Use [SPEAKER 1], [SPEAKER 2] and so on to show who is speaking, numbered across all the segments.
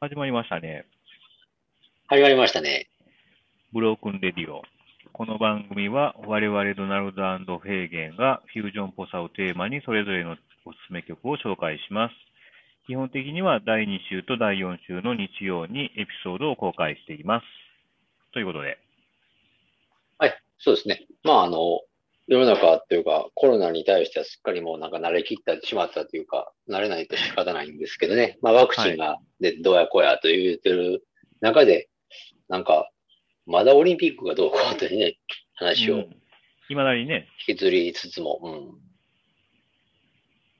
[SPEAKER 1] 始まりましたね。
[SPEAKER 2] 始まりましたね。
[SPEAKER 1] ブロークンレディオ。この番組は我々ドナルドフェーゲンがフュージョンっぽさをテーマにそれぞれのおすすめ曲を紹介します。基本的には第2週と第4週の日曜にエピソードを公開しています。ということで、
[SPEAKER 2] はい、そうですね。まあ、あの、世の中というか、コロナに対してはすっかりもうなんか慣れきってしまったというか、慣れないと仕方ないんですけどね。まあ、ワクチンが、で、どうやこうやと言ってる中で、なんか、まだオリンピックがどうこうというね、話を
[SPEAKER 1] う
[SPEAKER 2] 引
[SPEAKER 1] んいまだにね、
[SPEAKER 2] きずりつつも、うん。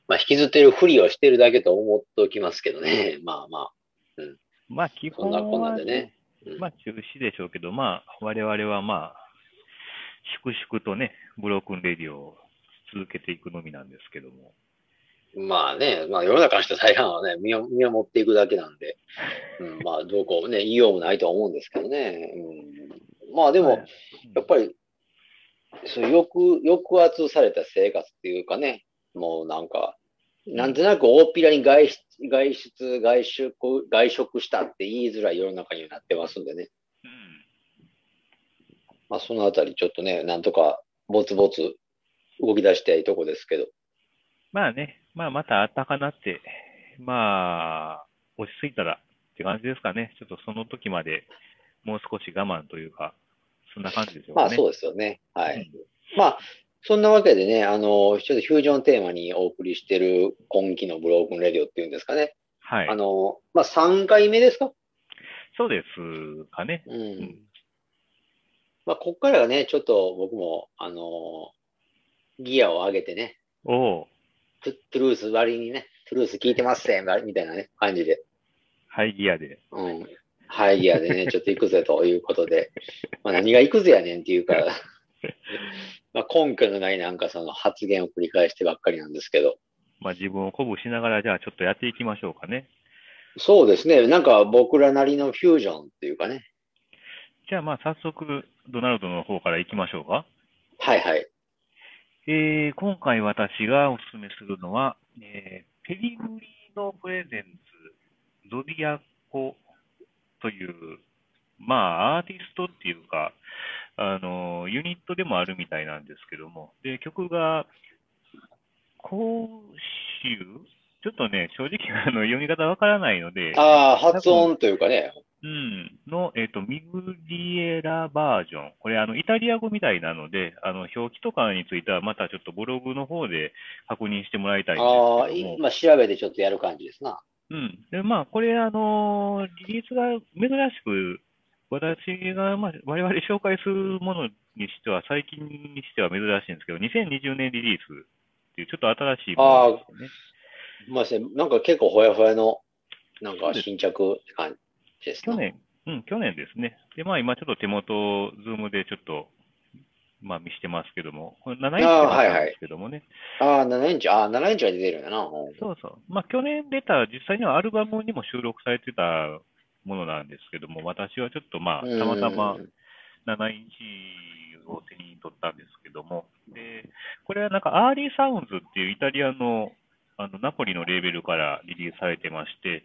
[SPEAKER 2] まあ、引きずってるふりをしてるだけと思っておきますけどね。まあまあ、
[SPEAKER 1] まあ基
[SPEAKER 2] そ
[SPEAKER 1] 本
[SPEAKER 2] んなこんな
[SPEAKER 1] は
[SPEAKER 2] んでね。うん
[SPEAKER 1] まあ中止でしょうけど、まあ我々はまあ、粛々とね、ブロークンレディオを続けていくのみなんですけども。
[SPEAKER 2] まあね、まあ世の中の人大半はね、見を見守っていくだけな んで、うん、まあどうこうね、言いようもないとは思うんですけどね。うん、まあで
[SPEAKER 1] は
[SPEAKER 2] も
[SPEAKER 1] い、、
[SPEAKER 2] やっぱり、そう抑抑圧された生活っていうかね、もうなんか、なんとなく大っぴらに外出、外出、外食、外食したって言いづらい世の中にはなってますんでね。
[SPEAKER 1] うん
[SPEAKER 2] まあそのあたりちょっとね、なんとかぼつぼつ動き出したいとこですけど。
[SPEAKER 1] まあね、まあまた暖かなって、まあ、落ち着いたらって感じですかね。ちょっとその時までもう少し我慢というか、そんな感じでしょう
[SPEAKER 2] ま
[SPEAKER 1] か
[SPEAKER 2] あ
[SPEAKER 1] ね。
[SPEAKER 2] そうですよね。は
[SPEAKER 1] う
[SPEAKER 2] い
[SPEAKER 1] ん。
[SPEAKER 2] まあ、そんなわけでね、あの、ちょっとフュージョンテーマにお送りしてる今期のブロークンレディオっていうんですかね。
[SPEAKER 1] はい
[SPEAKER 2] あ。の、まあ、3回目ですか
[SPEAKER 1] そうですかね。
[SPEAKER 2] うん。
[SPEAKER 1] ん
[SPEAKER 2] まあ、こっからがね、ちょっと僕も、あの、ギアを上げてね、
[SPEAKER 1] おう
[SPEAKER 2] トゥトゥルース割にね、トゥルース聞いてますぜ、みたいなね、感じで。
[SPEAKER 1] ハイギアで。
[SPEAKER 2] うん。ハイギアで ね、ちょっと行くぜということで、まあ何が行くぜやねんってい うか、まあ根拠のないなんかその発言を繰り返してばっかりなんですけど、
[SPEAKER 1] まあ自分を鼓舞しながら、じゃあちょっとやっていきましょうかね。
[SPEAKER 2] そうですね、なんか僕らなりのフュージョンっていうかね、
[SPEAKER 1] じゃあまあ早速、ドナルドの方から行きましょうか。
[SPEAKER 2] はいはい、
[SPEAKER 1] えー今回私がおすすめするのは、えーペリグリーノプレゼンツゾディアコという、まあ、アーティストっていうか、あの、ユニットでもあるみたいなんですけども、で、曲が、甲州ちょっとね、正直あの読み方わからないので、
[SPEAKER 2] ああ、発音というかね、
[SPEAKER 1] うん、の、えっと、ミグリエラバージョン。これ、あの、イタリア語みたいなので、あの、表記とかについては、またちょっとブログの方で確認してもらいたいんです
[SPEAKER 2] ああ、
[SPEAKER 1] けども。
[SPEAKER 2] 今調べてちょっとやる感じですな。
[SPEAKER 1] うん。で、まあ、これ、あのーリリースが珍しく、私が、まあ、我々紹介するものにしては、最近にしては珍しいんですけど、2020年リリースっていう、ちょっと新しいものですよね。
[SPEAKER 2] まあ、なんか結構ほやほやの、なんか新着って感じです
[SPEAKER 1] 去
[SPEAKER 2] ね。
[SPEAKER 1] 年、うん、去年ですね。で、まあ今ちょっと手元、ズームでちょっと、まあ見してますけども、これ7インチで
[SPEAKER 2] あー
[SPEAKER 1] もあ
[SPEAKER 2] はい
[SPEAKER 1] った
[SPEAKER 2] はい
[SPEAKER 1] んですけどもね。
[SPEAKER 2] ああ、7インチ、ああ、7インチは出てるんだな。うん
[SPEAKER 1] そうそう。まあ去年出た、実際にはアルバムにも収録されてたものなんですけども、私はちょっとまあ、たまたま
[SPEAKER 2] うん
[SPEAKER 1] 7インチを手に取ったんですけども、で、これはなんかアーリーサウンズっていうイタリアのあのナポリのレーベルからリリースされてまして、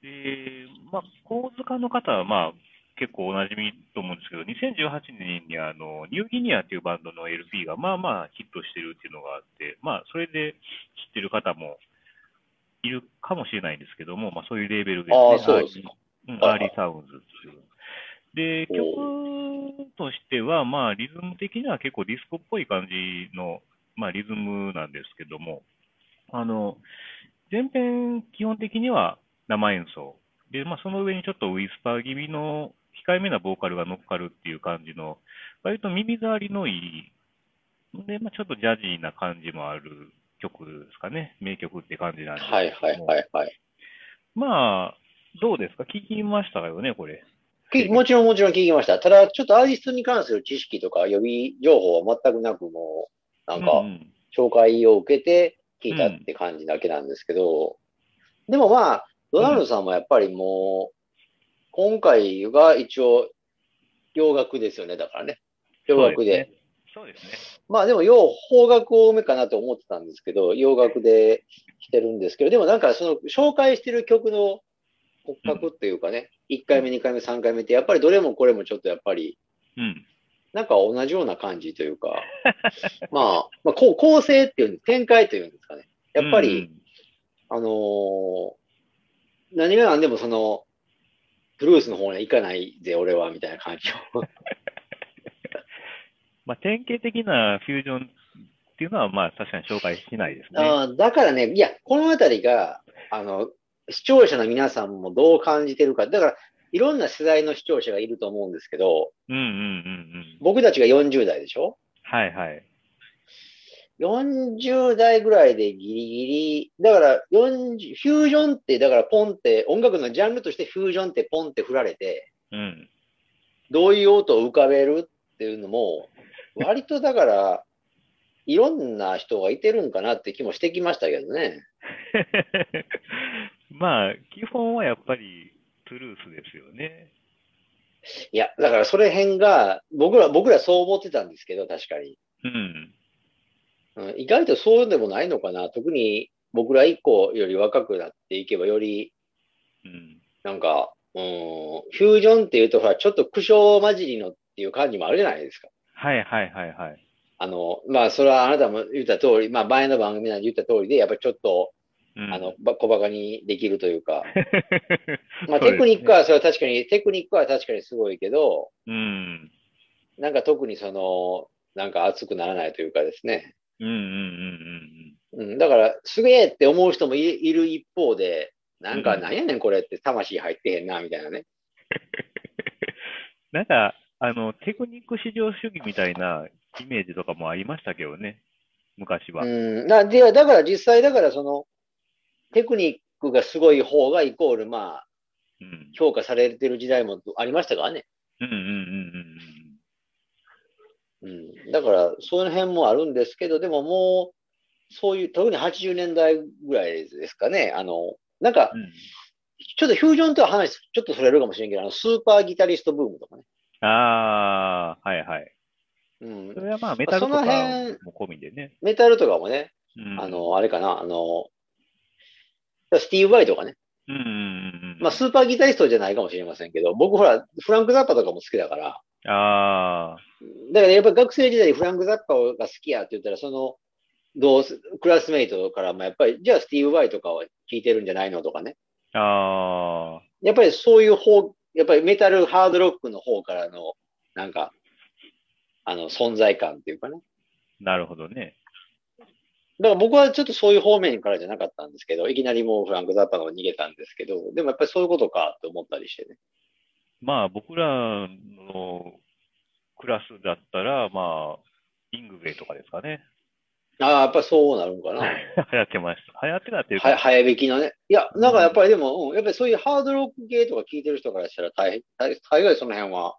[SPEAKER 1] で、まあ、構図家の方はまあ、結構おなじみと思うんですけど、2018年にあのニューギニアっていうバンドの LP がまあまあヒットしてるっていうのがあって、まあ、それで知ってる方もいるかもしれないんですけども、まあ、そういうレーベルですね。
[SPEAKER 2] ああ、そうですか。
[SPEAKER 1] うん、
[SPEAKER 2] はいは
[SPEAKER 1] ア
[SPEAKER 2] い
[SPEAKER 1] ーリーサウンズっていう。で、曲としては、まあ、リズム的には結構ディスコっぽい感じの、まあ、リズムなんですけども、あの、前編、基本的には生演奏。で、まあ、その上にちょっとウィスパー気味の控えめなボーカルが乗っかるっていう感じの、割と耳障りのいい、で、まあ、ちょっとジャジーな感じもある曲ですかね。名曲って感じなんですけども。
[SPEAKER 2] はいはいはいはい。
[SPEAKER 1] まあ、どうですか聞きましたよね、これ。
[SPEAKER 2] きもちろんもちろん聞きました。ただ、ちょっとアーティストに関する知識とか予備情報は全くなく、もう、なん
[SPEAKER 1] う
[SPEAKER 2] か、
[SPEAKER 1] ん
[SPEAKER 2] 紹介を受けて聞いたって感じだけなんですけど、でもまあ、ドナルドさんもやっぱりもう、今回が一応、洋楽ですよね、だからね。洋楽で。。
[SPEAKER 1] そうですね。
[SPEAKER 2] まあでも、洋邦楽多めかなと思ってたんですけど、洋楽でしてるんですけど、でもなんかその紹介してる曲の骨格っていうかね、1回目、2回目、3回目って、やっぱりどれもこれもちょっとやっぱり、
[SPEAKER 1] うん。
[SPEAKER 2] なんか同じような感じというか、 まあ、まあ、こう構成っていうん展開というんですかね。やっぱり、あのー何が何でもその、ブルースの方には行かないぜ、俺は、みたいな感じを。
[SPEAKER 1] まあ、典型的なフュージョンっていうのは、まあ、確かに紹介しないですね。
[SPEAKER 2] あーだからね、いや、このあたりが、あの、視聴者の皆さんもどう感じてるか。だから、いろんな世代の視聴者がいると思うんですけど、
[SPEAKER 1] うんうんうんうん。
[SPEAKER 2] 僕たちが40代でしょ
[SPEAKER 1] はいはい。
[SPEAKER 2] 40代ぐらいでギリギリ、だから40、フュージョンって、だからポンって、音楽のジャンルとしてフュージョンってポンって振られて、
[SPEAKER 1] うん。
[SPEAKER 2] どういう音を浮かべるっていうのも、割とだから、いろんな人がいてるんかなって気もしてきましたけどね。
[SPEAKER 1] まあ、基本はやっぱりトゥルースですよね。
[SPEAKER 2] いや、だからそれ辺が、僕ら、僕らそう思ってたんですけど、確かに。
[SPEAKER 1] うん。
[SPEAKER 2] うん意外とそうでもないのかな。特に僕ら以降より若くなっていけば、より
[SPEAKER 1] うん。
[SPEAKER 2] なんか、うん、フュージョンっていうと、ほら、ちょっと苦笑混じりのっていう感じもあるじゃないですか。
[SPEAKER 1] はいはいはいはい。
[SPEAKER 2] あの、まあ、それはあなたも言った通り、まあ、前の番組なんで言った通りで、やっぱりちょっと、
[SPEAKER 1] うん、
[SPEAKER 2] あの、、ば小馬鹿にできるとい うか、まあ、
[SPEAKER 1] そうですね
[SPEAKER 2] テクニックは、それは確かに、テクニックは確かにすごいけど、
[SPEAKER 1] うん。
[SPEAKER 2] なんか特にその、なんか熱くならないというかですね。
[SPEAKER 1] うんうんうんうん
[SPEAKER 2] うん、だから、すげえって思う人もいいる一方で、なんか、
[SPEAKER 1] うん
[SPEAKER 2] なんやねんこれって、魂入ってへんな、みたいなね。
[SPEAKER 1] なんか、あの、テクニック至上主義みたいなイメージとかもありましたけどね、昔は。
[SPEAKER 2] うん、なでだから実際、だからその、テクニックがすごい方がイコール、まあ、
[SPEAKER 1] うん。
[SPEAKER 2] 評価されてる時代もありましたからね。
[SPEAKER 1] うんうんうんうん
[SPEAKER 2] うん、だから、その辺もあるんですけど、でももう、そういう、特に80年代ぐらいですかね。あの、なんか
[SPEAKER 1] う、ん。うん
[SPEAKER 2] ちょっとフュージョンとは話、ちょっとそれるかもしれんけど、あの、スーパーギタリストブームとかね。
[SPEAKER 1] ああ、はいはい。
[SPEAKER 2] うん
[SPEAKER 1] そ。れはまあ、メタルと
[SPEAKER 2] そ
[SPEAKER 1] か
[SPEAKER 2] の辺
[SPEAKER 1] も込みでね。
[SPEAKER 2] メタルとかもね、
[SPEAKER 1] うん
[SPEAKER 2] あ、の、あれかな、あの、スティーブ・ワイとかね。
[SPEAKER 1] うんうんうんうん。
[SPEAKER 2] まあ、スーパーギタリストじゃないかもしれませんけど、僕ほら、フランク・ザッパとかも好きだから、
[SPEAKER 1] ああ、
[SPEAKER 2] だからやっぱり学生時代にフランク・ザッパが好きやって言ったら、その、同すクラスメイトからもやっぱり、じゃあスティーブ・ワイとかは聴いてるんじゃないのとかね。
[SPEAKER 1] ああ、
[SPEAKER 2] やっぱりそういう方、やっぱりメタル、ハードロックの方からの、なんか、あの、存在感っていうかね。
[SPEAKER 1] なるほどね。
[SPEAKER 2] だから僕はちょっとそういう方面からじゃなかったんですけど、いきなりもうフランク・ザッパの方に逃げたんですけど、でもやっぱりそういうことかと思ったりしてね。
[SPEAKER 1] まあ、僕らのクラスだったら、まあ、イングウェイとかですかね。
[SPEAKER 2] ああ、やっぱそうなるのかな。
[SPEAKER 1] 流行ってました。流行ってたっていう
[SPEAKER 2] は
[SPEAKER 1] か、
[SPEAKER 2] 早引きのね。いや、なんかやっぱりでも、うんやっぱりそういうハードロック系とか聞いてる人からしたら大変、大大概その辺は、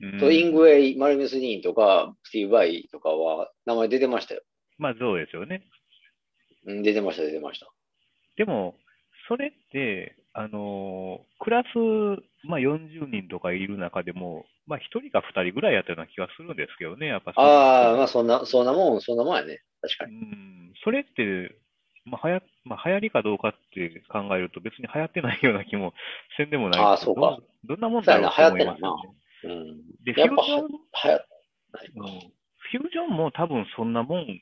[SPEAKER 1] うん
[SPEAKER 2] そうイングウェイ、マルミス・ディーンとか、スティーブ・バイとかは名前出てましたよ。
[SPEAKER 1] まあ、そうですよね。
[SPEAKER 2] うん、出てました、出てました。
[SPEAKER 1] でも、それって、あのークラス、まあ、40人とかいる中でも、まあ、1人か2人ぐらいやったような気がするんですけどね、やっぱそう
[SPEAKER 2] ああ、まあそんな、そんなもん、そんなもんやね。確か
[SPEAKER 1] う
[SPEAKER 2] に。
[SPEAKER 1] ん、それって、まあ、はや、まあ、流行りかどうかって考えると、別に流行ってないような気もせんでもない
[SPEAKER 2] ああ
[SPEAKER 1] け
[SPEAKER 2] そう
[SPEAKER 1] ど、
[SPEAKER 2] か
[SPEAKER 1] どんなもんだろうと思いますよね。
[SPEAKER 2] うん。
[SPEAKER 1] で、フ
[SPEAKER 2] や
[SPEAKER 1] ュ
[SPEAKER 2] っぱ
[SPEAKER 1] ージョン、
[SPEAKER 2] はや、
[SPEAKER 1] うんフュージョンも多分そんなもん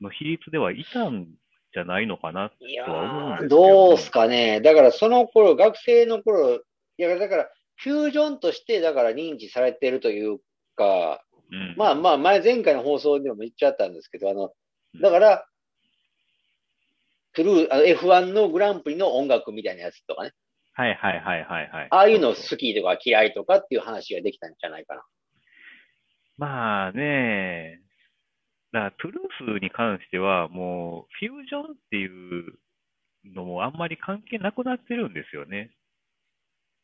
[SPEAKER 1] の比率ではいたんじゃないのかな。
[SPEAKER 2] いや
[SPEAKER 1] とは思うんです
[SPEAKER 2] ー
[SPEAKER 1] けどね
[SPEAKER 2] どうすかね。だからその頃、学生の頃、いや、だから、フュージョンとして、だから認知されてるというか、
[SPEAKER 1] うん。
[SPEAKER 2] まあまあ前、前回の放送でも言っちゃったんですけど、あの
[SPEAKER 1] うん、
[SPEAKER 2] だから、クルー、あの F1 のグランプリの音楽みたいなやつとかね、
[SPEAKER 1] はいはいはいはいはい。
[SPEAKER 2] ああいうの好きとか嫌いとかっていう話ができたんじゃないかな。
[SPEAKER 1] まあね、だからトゥルースに関しては、もうフュージョンっていうのもあんまり関係なくなってるんですよね。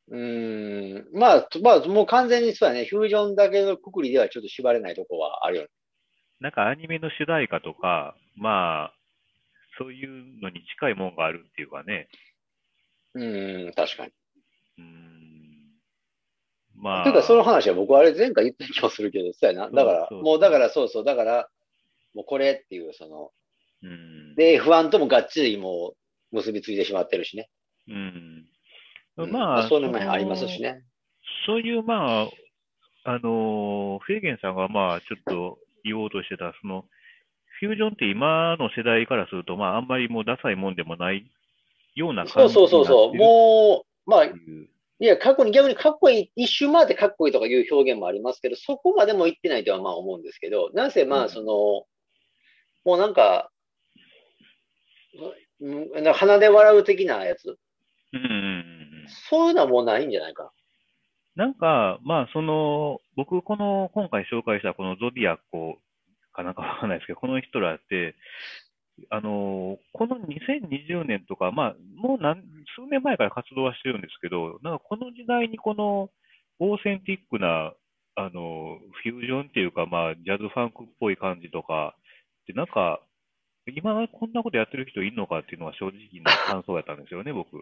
[SPEAKER 2] うーん、まあ、とまあ、もう完全にそうだね、フュージョンだけのくくりではちょっと縛れないとこはあるよね。
[SPEAKER 1] なんかアニメの主題歌とか、まあ、そういうのに近いもんがあるっていうかね。
[SPEAKER 2] うーん、確かに。
[SPEAKER 1] うーん。まあ。
[SPEAKER 2] というか、その話は僕はあれ前回言った気もするけど、そうやな。だから、
[SPEAKER 1] そうそう
[SPEAKER 2] もうだからそうそう、だから、もうこれっていう、その、
[SPEAKER 1] うん。
[SPEAKER 2] で、F1 ともがっちりもう結びついてしまってるしね。
[SPEAKER 1] うん。
[SPEAKER 2] うん
[SPEAKER 1] まあ、
[SPEAKER 2] そういうのもありますしね。
[SPEAKER 1] そういう、まあ、あの、フェーゲンさんが、まあ、ちょっと言おうとしてた、その、フュージョンって今の世代からすると、まあ、あんまりもうダサいもんでもないような
[SPEAKER 2] そ
[SPEAKER 1] 感
[SPEAKER 2] う
[SPEAKER 1] じ
[SPEAKER 2] そうそうそ
[SPEAKER 1] に
[SPEAKER 2] う。
[SPEAKER 1] なっ
[SPEAKER 2] もう、まあ、
[SPEAKER 1] て
[SPEAKER 2] い
[SPEAKER 1] るっていう
[SPEAKER 2] や、過去に、逆にかっこいい、一周回ってかっこいいとかいう表現もありますけど、そこまでも行ってないとはまあ思うんですけど、なんせま
[SPEAKER 1] う
[SPEAKER 2] あ、
[SPEAKER 1] ん
[SPEAKER 2] その、もうなんか、うんなんか鼻で笑う的なやつ、
[SPEAKER 1] うんうんうん。
[SPEAKER 2] そういうのはもうないんじゃないか
[SPEAKER 1] なんか、まあ、その、僕、この、今回紹介したこのゾディアコかなんかわかんないですけど、このヒトラーって、あの、この2020年とか、まあ、もう何、数年前から活動はしてるんですけど、なんかこの時代にこの、オーセンティックな、あの、フュージョンっていうか、まあ、ジャズファンクっぽい感じとか、で、なんか、今こんなことやってる人いるのかっていうのは正直な感想だったんですよね、僕。
[SPEAKER 2] い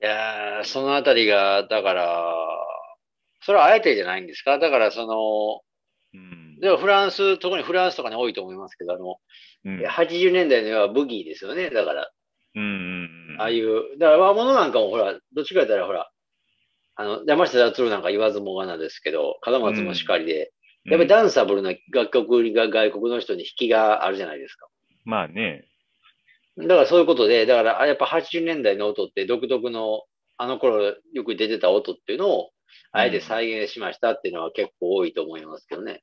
[SPEAKER 2] やー、そのあたりが、だから、それはあえてじゃないんですかだから、そ
[SPEAKER 1] うん
[SPEAKER 2] の、。でもフランス、特にフランスとかに多いと思いますけど、あの、
[SPEAKER 1] うん。
[SPEAKER 2] 80年代のはブギーですよね。だから、
[SPEAKER 1] うんうんうん。
[SPEAKER 2] ああいう、だから和物なんかもほら、どっちか言ったらほら、あの、山下達郎なんか言わずもがなですけど、門松もしかりで、やっぱりダンサブルな楽曲が外国の人に引きがあるじゃないですか。
[SPEAKER 1] まあね。
[SPEAKER 2] だからそういうことで、だからあやっぱ80年代の音って独特の、あの頃よく出てた音っていうのを、あえて再現しましたっていうのは結構多いと思いますけどね。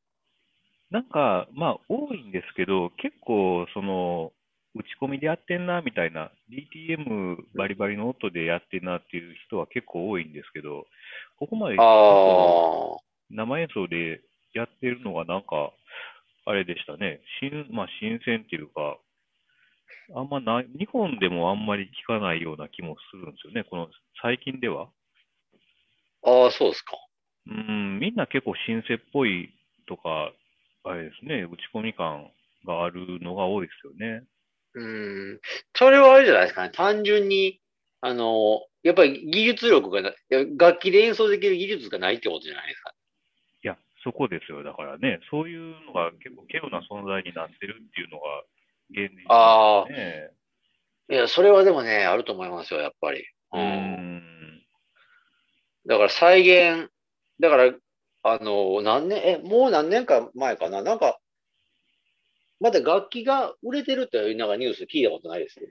[SPEAKER 1] なんか、まあ、多いんですけど、結構、その、打ち込みでやってんな、みたいな、DTM バリバリの音でやってんなっていう人は結構多いんですけど、ここまで
[SPEAKER 2] ああ。
[SPEAKER 1] 生演奏でやってるのが、なんか、あれでしたね。新、まあ、新鮮っていうか、あんまない、日本でもあんまり聞かないような気もするんですよね。この最近では。
[SPEAKER 2] ああ、そうですか。
[SPEAKER 1] うん、みんな結構シンセっぽいとか、あれですね、打ち込み感があるのが多いですよね。
[SPEAKER 2] うーん。それはあれじゃないですかね。単純に、あの、やっぱり技術力がな、いや楽器で演奏できる技術がないってことじゃないですか。
[SPEAKER 1] いや、そこですよ。だからね、そういうのが結構稀有な存在になってるっていうのが現実
[SPEAKER 2] あ
[SPEAKER 1] ですね。
[SPEAKER 2] いや、それはでもね、あると思いますよ、やっぱり。
[SPEAKER 1] う。ん。
[SPEAKER 2] だから再現、だから、あの、何年、え、もう何年か前かな。なんか、まだ楽器が売れてるっていうなんかニュース聞いたことないですね。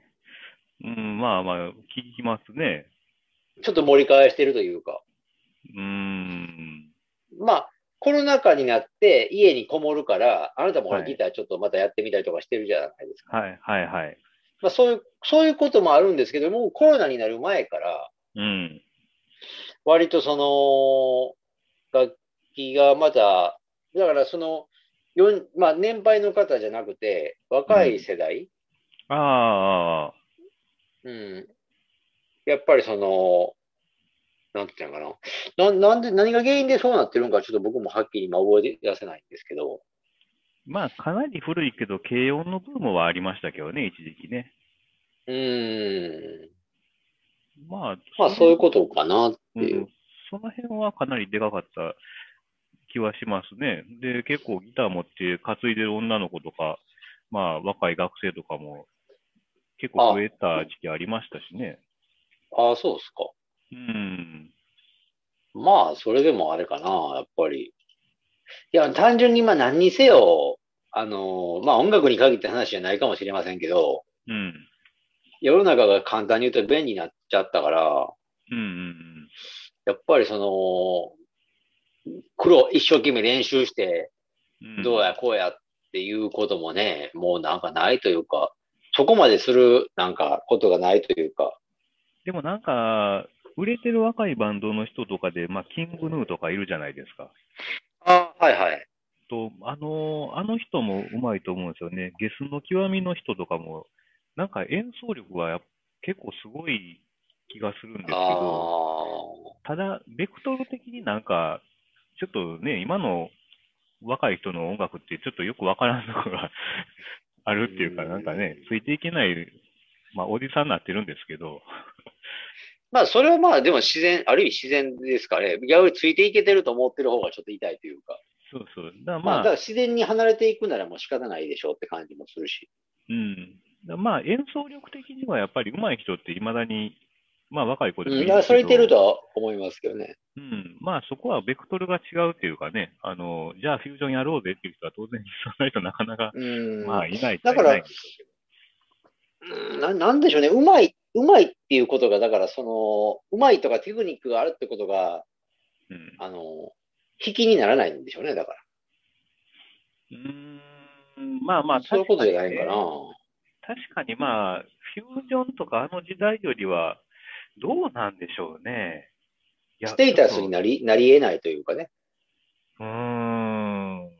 [SPEAKER 1] うん、まあまあ、聞きますね。
[SPEAKER 2] ちょっと盛り返してるというか。
[SPEAKER 1] うん。
[SPEAKER 2] まあ、コロナ禍になって家にこもるから、あなたもほら
[SPEAKER 1] はい
[SPEAKER 2] ギターちょっとまたやってみたりとかしてるじゃないですか。
[SPEAKER 1] はい、はい、はい。
[SPEAKER 2] まあ、そういう、そういうこともあるんですけども、コロナになる前から、
[SPEAKER 1] うん。
[SPEAKER 2] 割とその、楽器がまだ、だからその、よんまあ、年配の方じゃなくて、若い世代、
[SPEAKER 1] ああ、
[SPEAKER 2] うん、やっぱりその、なんていうのかな。な、なんで、何が原因でそうなってるのか、ちょっと僕もはっきり今覚え出せないんですけど、
[SPEAKER 1] まあ、かなり古いけど、軽音のブームはありましたけどね、一時期ね。
[SPEAKER 2] うーん。
[SPEAKER 1] まあ、。
[SPEAKER 2] まあ、そういうことかなっていううん
[SPEAKER 1] その辺はかなりでかかった気はしますね。で、結構ギター持って担いでる女の子とか、まあ若い学生とかも結構増えた時期ありましたしね。
[SPEAKER 2] ああ、そうですか。
[SPEAKER 1] うん。
[SPEAKER 2] まあ、それでもあれかな、やっぱり。いや、単純にまあ何にせよ、あの、まあ音楽に限った話じゃないかもしれませんけど、
[SPEAKER 1] うん。
[SPEAKER 2] 世の中が簡単に言うと便利になっちゃったから、
[SPEAKER 1] うんうん
[SPEAKER 2] やっぱりその、苦労、一生懸命練習して、
[SPEAKER 1] うん。うん
[SPEAKER 2] どうやこうやっていうこともね、もうなんかないというか、そこまでするなんかことがないというか、
[SPEAKER 1] でもなんか、売れてる若いバンドの人とかで、まあ、キングヌーとかいるじゃないですか。
[SPEAKER 2] あはいはい。
[SPEAKER 1] と、あのーあの人もうまいと思うんですよね。ゲスの極みの人とかも、なんか演奏力がやっ結構すごい気がするんですけ
[SPEAKER 2] あ
[SPEAKER 1] ど、
[SPEAKER 2] あ。
[SPEAKER 1] ただ、ベクトル的になんか、ちょっとね、今の若い人の音楽ってちょっとよくわからんところが あるっていうか、
[SPEAKER 2] うん
[SPEAKER 1] なんかね、ついていけない、まあ、おじさんになってるんですけど、
[SPEAKER 2] まあ、それはまあ、でも自然、ある意味自然ですかね。逆についていけてると思ってる方がちょっと痛いというか。
[SPEAKER 1] そうそう。だから
[SPEAKER 2] まあ、
[SPEAKER 1] まあ
[SPEAKER 2] だか、ら自然に離れていくならもう仕方ないでしょうって感じもするし。
[SPEAKER 1] うん。まあ、演奏力的にはやっぱり上手い人っていまだにまあ若い子で
[SPEAKER 2] う
[SPEAKER 1] もいい
[SPEAKER 2] ん、
[SPEAKER 1] ん
[SPEAKER 2] だから
[SPEAKER 1] ですけ
[SPEAKER 2] され
[SPEAKER 1] ど
[SPEAKER 2] てるとは思いますけどね。
[SPEAKER 1] うん、まあそこはベクトルが違うというかね、あの、じゃあフュージョンやろうぜっていう人は当然そんな人なかなか、
[SPEAKER 2] うん。
[SPEAKER 1] まあいないっちゃ
[SPEAKER 2] だ
[SPEAKER 1] い
[SPEAKER 2] か
[SPEAKER 1] ない
[SPEAKER 2] ら
[SPEAKER 1] んでしょうけど。
[SPEAKER 2] うんななんでしょうね、うまい、うまいっていうことが、だから、その、うまいとかテクニックがあるってことが、
[SPEAKER 1] うん
[SPEAKER 2] あの、引きにならないんでしょうね、だか
[SPEAKER 1] うーん、まあまあ
[SPEAKER 2] ら。そういう
[SPEAKER 1] 確
[SPEAKER 2] こと
[SPEAKER 1] か
[SPEAKER 2] じ
[SPEAKER 1] に
[SPEAKER 2] ゃないんか
[SPEAKER 1] ね
[SPEAKER 2] な。
[SPEAKER 1] 確かにまあ、フュージョンとかあの時代よりは、どうなんでしょうね。いや
[SPEAKER 2] ステータスに
[SPEAKER 1] ちょっ
[SPEAKER 2] なり、なり得ないというかね。
[SPEAKER 1] とうーん。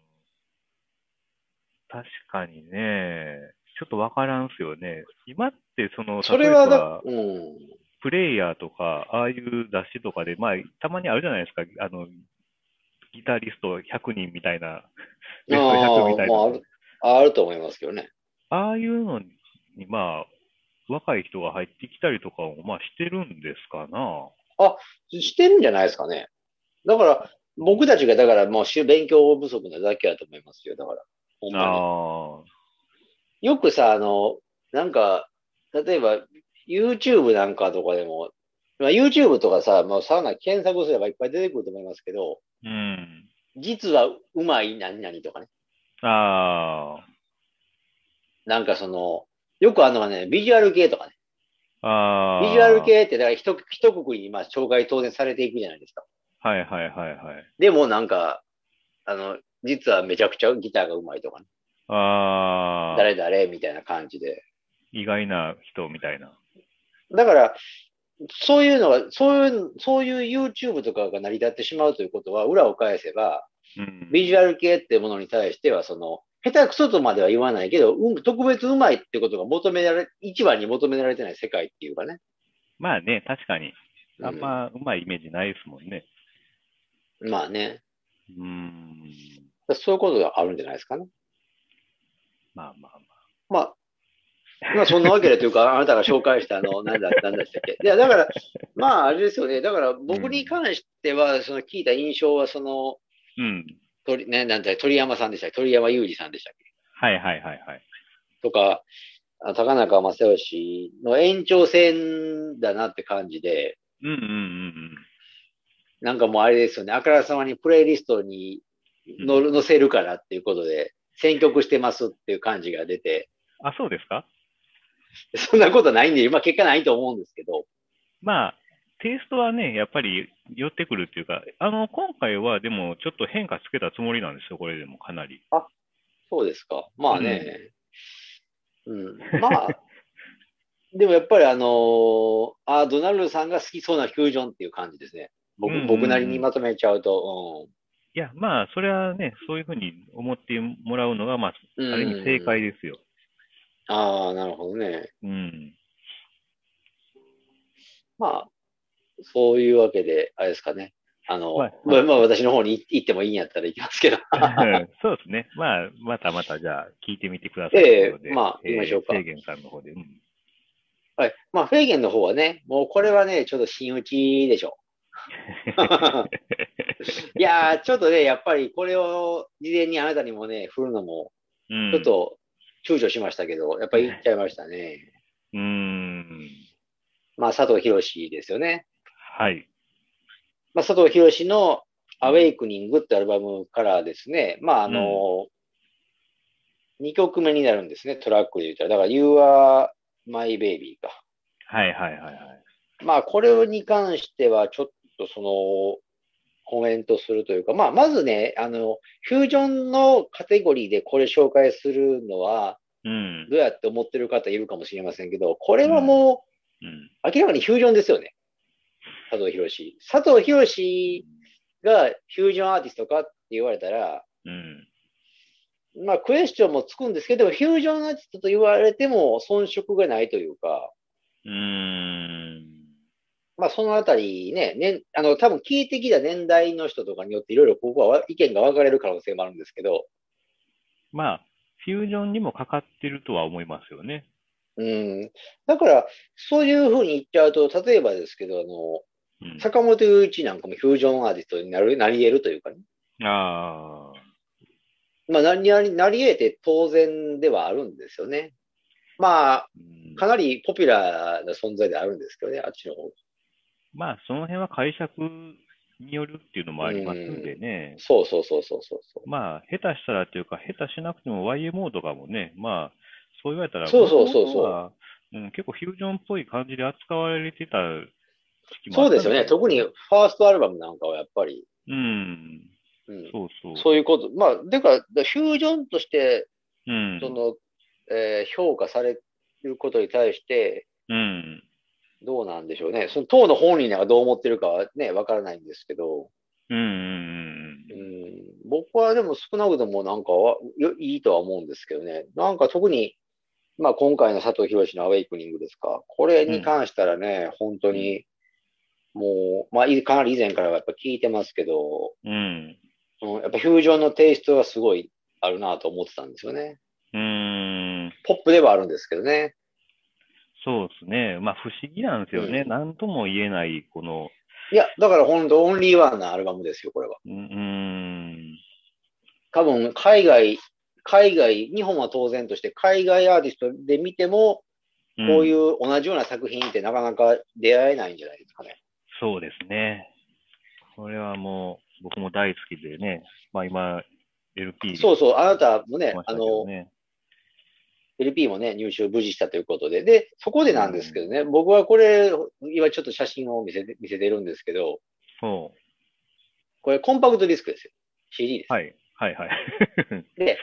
[SPEAKER 1] 確かにね。ちょっとわからんすよね。今ってその、
[SPEAKER 2] それは
[SPEAKER 1] 例え
[SPEAKER 2] だ
[SPEAKER 1] ば、
[SPEAKER 2] うん。
[SPEAKER 1] プレイヤーとか、ああいう雑誌とかで、まあ、たまにあるじゃないですか。あの、ギタリスト100人みたいな、ベスト100みたい
[SPEAKER 2] あーまああ
[SPEAKER 1] な
[SPEAKER 2] る。あると思いますけどね。
[SPEAKER 1] ああいうのに、まあ、若い人が入ってきたりとかを、まあ、してるんですかな。
[SPEAKER 2] してるんじゃないですかね。だから、僕たちが、だからもうし勉強不足なだけだと思いますよ、だから。ほんまに
[SPEAKER 1] あ
[SPEAKER 2] よくさ、あの、なんか、例えば、YouTube なんかとかでも、まあ、YouTube とかさ、まあ、サウナ検索すればいっぱい出てくると思いますけど、
[SPEAKER 1] あ、うん。
[SPEAKER 2] 実はうまい何々とかね。
[SPEAKER 1] あ
[SPEAKER 2] なんかその、よくあるのがね、ビジュアル系とかね。
[SPEAKER 1] あ、ああ。
[SPEAKER 2] ビジュアル系って、だから一一括りにまあ紹介当然されていくじゃないですか。
[SPEAKER 1] はいはいはいはい。
[SPEAKER 2] でもなんか、あの、実はめちゃくちゃギターがうまいとかね。
[SPEAKER 1] ああ、
[SPEAKER 2] 誰々みたいな感じで。
[SPEAKER 1] 意外な人みたいな。
[SPEAKER 2] だから、そういうのが、そういう、そういう YouTube とかが成り立ってしまうということは、裏を返せば、
[SPEAKER 1] うん。
[SPEAKER 2] ビジュアル系ってものに対しては、その、下手くそとまでは言わないけど、うん、特別うまいってことが求められ、一番に求められてない世界っていうかね。
[SPEAKER 1] まあね、確かに。あん
[SPEAKER 2] あ、
[SPEAKER 1] まうまいイメージないですもんね。
[SPEAKER 2] まあね。
[SPEAKER 1] うん。
[SPEAKER 2] そういうことがあるんじゃないですかね。
[SPEAKER 1] まあまあまあ。
[SPEAKER 2] まあ、まあ、そんなわけでというか、あ なたが紹介したあの、なんだ、なんだしたっけ。いや、だから、まあ、あれですよね。だから、僕に関しては、その聞いた印象は、その、
[SPEAKER 1] うん。
[SPEAKER 2] 鳥、ね、なんて、鳥山さんでしたっけ鳥山裕二さんでしたっけ
[SPEAKER 1] はいはいはいはい。
[SPEAKER 2] とか、あ高中正義の延長戦だなって感じで、
[SPEAKER 1] うんうんうん
[SPEAKER 2] なんかもうあれですよね、あからさまにプレイリストにの載せるからっていうことで、選曲してますっていう感じが出て、
[SPEAKER 1] うん。あ、そうですか
[SPEAKER 2] そんなことないんで、まあ結果ないと思うんですけど、
[SPEAKER 1] まあ、テイストはね、やっぱり寄ってくるっていうか、あの、今回はでもちょっと変化つけたつもりなんですよ、これでもかなり。
[SPEAKER 2] そうですか。まあね。うん。ま あ、でもやっぱりあのーあードナルドさんが好きそうなフュージョンっていう感じですね。僕
[SPEAKER 1] うんうんうん
[SPEAKER 2] 僕なりにまとめちゃうと。
[SPEAKER 1] いや、まあ、それはね、そういうふうに思ってもらうのが、まあ、
[SPEAKER 2] うん。
[SPEAKER 1] ある意味正解
[SPEAKER 2] うん。
[SPEAKER 1] ですよ。
[SPEAKER 2] ああ、なるほどね。
[SPEAKER 1] うん。
[SPEAKER 2] まあ、そういうわけで、あれですかね。あの、
[SPEAKER 1] はい
[SPEAKER 2] まあ、まあ私の方に行ってもいいんやったら行きますけど。
[SPEAKER 1] そうですね。まあ、またまた、じゃあ、聞いてみてください。
[SPEAKER 2] ええ
[SPEAKER 1] ということで
[SPEAKER 2] まあ
[SPEAKER 1] ええ
[SPEAKER 2] 行きましょうか
[SPEAKER 1] 制限さんの方で。うん
[SPEAKER 2] はい。まあ、フェーゲンの方はね、もうこれはね、ちょっと真打ちで しょ。いやー、ちょっとね、やっぱりこれを事前にあなたにもね、振るのも、
[SPEAKER 1] うん
[SPEAKER 2] ちょっ。と躊躇しましたけど、やっぱり言っちゃいましたね。
[SPEAKER 1] うーん。
[SPEAKER 2] まあ、佐藤博士ですよね。
[SPEAKER 1] はい。
[SPEAKER 2] まあ、佐藤博士のアウェイクニングってアルバムからですね、まあ、あの、二2曲目になるんですね、トラックで言ったら。だから、You are my baby か。
[SPEAKER 1] はいはいはいはい。
[SPEAKER 2] まあ、これに関しては、ちょっとその、コメントするというか、まあ、まずね、あの、フュージョンのカテゴリーでこれ紹介するのは、
[SPEAKER 1] うん。
[SPEAKER 2] どうやって思ってる方いるかもしれませんけど、これはも
[SPEAKER 1] うん。
[SPEAKER 2] う、明らかにフュージョンですよね。佐藤博士。佐藤博士がフュージョンアーティストかって言われたら、
[SPEAKER 1] うん。
[SPEAKER 2] まあ、クエスチョンもつくんですけど、でもフュージョンアーティストと言われても遜色がないというか、
[SPEAKER 1] うーん。
[SPEAKER 2] まあ、そのあたりね、ね、あの、多分聞いてきた年代の人とかによって、いろいろここは意見が分かれる可能性もあるんですけど、
[SPEAKER 1] まあ、フュージョンにもかかってるとは思いますよね。
[SPEAKER 2] うん。だから、そういうふうに言っちゃうと、例えばですけど、あの、
[SPEAKER 1] うん、
[SPEAKER 2] 坂本雄一なんかもフュージョンアーティストになる、なり得るというかね。
[SPEAKER 1] ああ。
[SPEAKER 2] まあ、なり、なりなり得て当然ではあるんですよね。まあ、
[SPEAKER 1] うん
[SPEAKER 2] かなりポピュラーな存在であるんですけどね、あっちの方が。
[SPEAKER 1] まあ、その辺は解釈によるっていうのもありますんでね、
[SPEAKER 2] そうそうそうそうそうそう。
[SPEAKER 1] まあ、下手したらっていうか、下手しなくても YMO とかもね、まあ、そう言われたら、
[SPEAKER 2] そうそうそうそ
[SPEAKER 1] 元
[SPEAKER 2] う
[SPEAKER 1] 々はうん、結構フュージョンっぽい感じで扱われてた時期もあ
[SPEAKER 2] そ
[SPEAKER 1] った
[SPEAKER 2] う
[SPEAKER 1] ん
[SPEAKER 2] ですよね。特にファーストアルバムなんかはやっぱり、
[SPEAKER 1] うん、
[SPEAKER 2] うん、
[SPEAKER 1] そうそう。
[SPEAKER 2] そういうこと。まあ、だから、だフュージョンとして、
[SPEAKER 1] うん、
[SPEAKER 2] その、えー評価されることに対して、
[SPEAKER 1] うん、
[SPEAKER 2] どうなんでしょうね。その、当の本人がどう思ってるかはね、わからないんですけど、
[SPEAKER 1] うん、うん
[SPEAKER 2] う、ん、僕はでも少なくともなんかは、よいいとは思うんですけどね。なんか特に、まあ今回の佐藤博士のアウェイクニングですか。これに関したらね、本当に、もう、まあいかなり以前からやっぱ聞いてますけど、
[SPEAKER 1] うん、うん
[SPEAKER 2] うん、やっぱフュージョンのテイストはすごいあるなと思ってたんですよね。
[SPEAKER 1] うん、
[SPEAKER 2] ポップではあるんですけどね。
[SPEAKER 1] そうですね。まあ、不思議なんですよね。
[SPEAKER 2] うん
[SPEAKER 1] なんとも言えない、この、
[SPEAKER 2] いや、だから本当オンリーワンなアルバムですよ、これは。
[SPEAKER 1] うん、うん、
[SPEAKER 2] 多分海外、海外、日本は当然として海外アーティストで見ても、こうい
[SPEAKER 1] うん、
[SPEAKER 2] う同じような作品ってなかなか出会えないんじゃないですかね。
[SPEAKER 1] そうですね。これはもう、僕も大好きでね、まあ今、LP
[SPEAKER 2] そうそう、あなたも
[SPEAKER 1] 出
[SPEAKER 2] ね
[SPEAKER 1] ま、し
[SPEAKER 2] あ
[SPEAKER 1] たけ
[SPEAKER 2] の
[SPEAKER 1] ど、ね。
[SPEAKER 2] LP もね、入手を無事したということで、で、そこでなんですけどね、僕はこれ、今ちょっと写真を見せて、見せてるんですけど、
[SPEAKER 1] そ
[SPEAKER 2] これコンパクトディスクですよ。CD です。
[SPEAKER 1] う。はい、はい、はい。
[SPEAKER 2] で、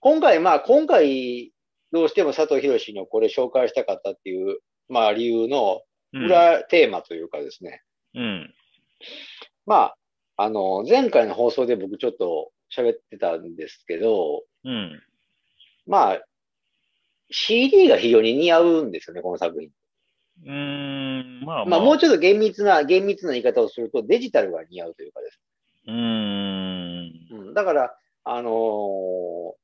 [SPEAKER 2] 今回、まあ、今回、どうしても佐藤博のこれ紹介したかったっていう、まあ、理由の
[SPEAKER 1] うん、
[SPEAKER 2] 裏テーマというかですね、
[SPEAKER 1] うん、
[SPEAKER 2] まあ、あの、前回の放送で僕ちょっと喋ってたんですけど、
[SPEAKER 1] うん、
[SPEAKER 2] まあ、CD が非常に似合うんですよね、この作品。
[SPEAKER 1] うーん、まあ、
[SPEAKER 2] まあ、もうちょっと厳密な、厳密な言い方をすると、デジタルが似合うというかです。
[SPEAKER 1] うーん、
[SPEAKER 2] うん、だから、あのー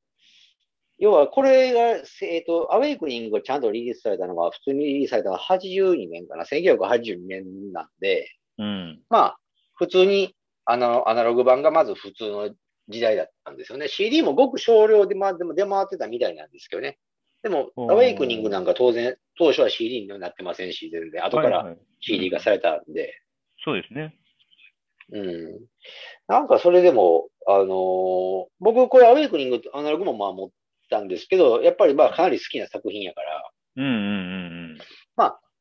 [SPEAKER 2] 要はこれが、えっ、と、アウェイクニングがちゃんとリリースされたのが、普通にリリースされたのは82年かな、1982年なんで、
[SPEAKER 1] うん、
[SPEAKER 2] まあ、普通に、あの、アナログ版がまず普通の時代だったんですよね。CD もごく少量で、まあ、でも出回ってたみたいなんですけどね。でも、ア
[SPEAKER 1] おー
[SPEAKER 2] ウェイクニングなんか当然、当初は CD にはなってませんし、全然、後か
[SPEAKER 1] はい
[SPEAKER 2] ら
[SPEAKER 1] はい
[SPEAKER 2] CD がされたんで、
[SPEAKER 1] そうですね。
[SPEAKER 2] うん。なんかそれでも、あのー僕、これアウェイクニングとアナログもまあ持ったんですけど、やっぱりまあかなり好きな作品やから、
[SPEAKER 1] うん、うん、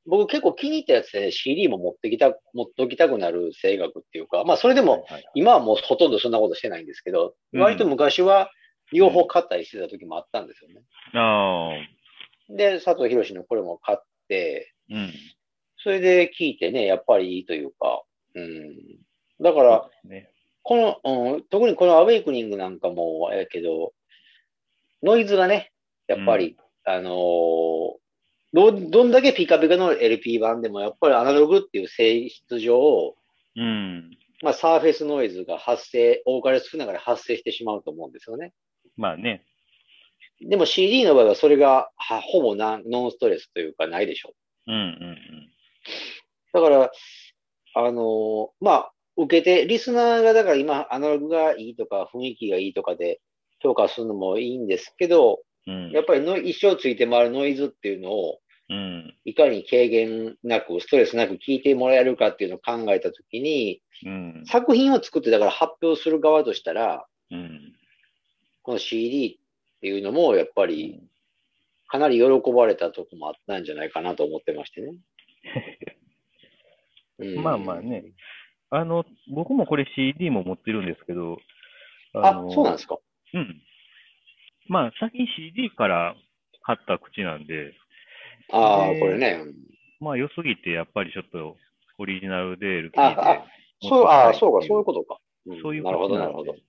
[SPEAKER 2] 僕結構気に入ったやつで CD も持ってきた、持っておきたくなる性格っていうか、まあそれで
[SPEAKER 1] うん。
[SPEAKER 2] も、
[SPEAKER 1] はいはい
[SPEAKER 2] 今はもうほとんどそんなことしてないんですけど、
[SPEAKER 1] うん
[SPEAKER 2] 割と昔は両方買ったりしてた時もあったんですよね。
[SPEAKER 1] ああ、
[SPEAKER 2] で、佐藤博のこれも買って、
[SPEAKER 1] うん。
[SPEAKER 2] それで聞いてね、やっぱりいいというか、うん。だから、
[SPEAKER 1] ね。
[SPEAKER 2] この、うん、特にこのアウェイクニングなんかも、やけど、ノイズがね、やっぱり、あのーど、どんだけピカピカの LP 版でも、やっぱりアナログっていう性質上、
[SPEAKER 1] うん。
[SPEAKER 2] まあ、サーフェスノイズが発生、多かれ少なかれ発生してしまうと思うんですよね。
[SPEAKER 1] まあね。
[SPEAKER 2] でも CD の場合はそれがはほぼなノンストレスというかないでしょ
[SPEAKER 1] うんうん
[SPEAKER 2] だから、あのーまあ、受けて、リスナーがだから今アナログがいいとか雰囲気がいいとかで評価するのもいいんですけど、
[SPEAKER 1] うん。うん。
[SPEAKER 2] やっぱりの一生ついて回るノイズっていうのを
[SPEAKER 1] うん。
[SPEAKER 2] いかに軽減なく、ストレスなく聞いてもらえるかっていうのを考えたときに、
[SPEAKER 1] うん。
[SPEAKER 2] 作品を作ってだから発表する側としたら、
[SPEAKER 1] うん。
[SPEAKER 2] この CD っていうのもやっぱりかなり喜ばれたとこもあったんじゃないかなと思ってまし てね。うん
[SPEAKER 1] まあまあね。あの、僕もこれ CD も持ってるんですけど、
[SPEAKER 2] あ、そうなん
[SPEAKER 1] ん
[SPEAKER 2] ですか。
[SPEAKER 1] うん。まあ、先に CD から買った口なんで、
[SPEAKER 2] ああ、
[SPEAKER 1] で
[SPEAKER 2] これね。
[SPEAKER 1] まあ、良すぎて、やっぱりちょっと、オリジナルで LP で
[SPEAKER 2] ああ、そう、ああ、そうか、そういうことか。ん
[SPEAKER 1] そういう
[SPEAKER 2] なる
[SPEAKER 1] こ
[SPEAKER 2] ほ
[SPEAKER 1] と
[SPEAKER 2] ど、
[SPEAKER 1] な
[SPEAKER 2] なんる
[SPEAKER 1] で
[SPEAKER 2] ほど。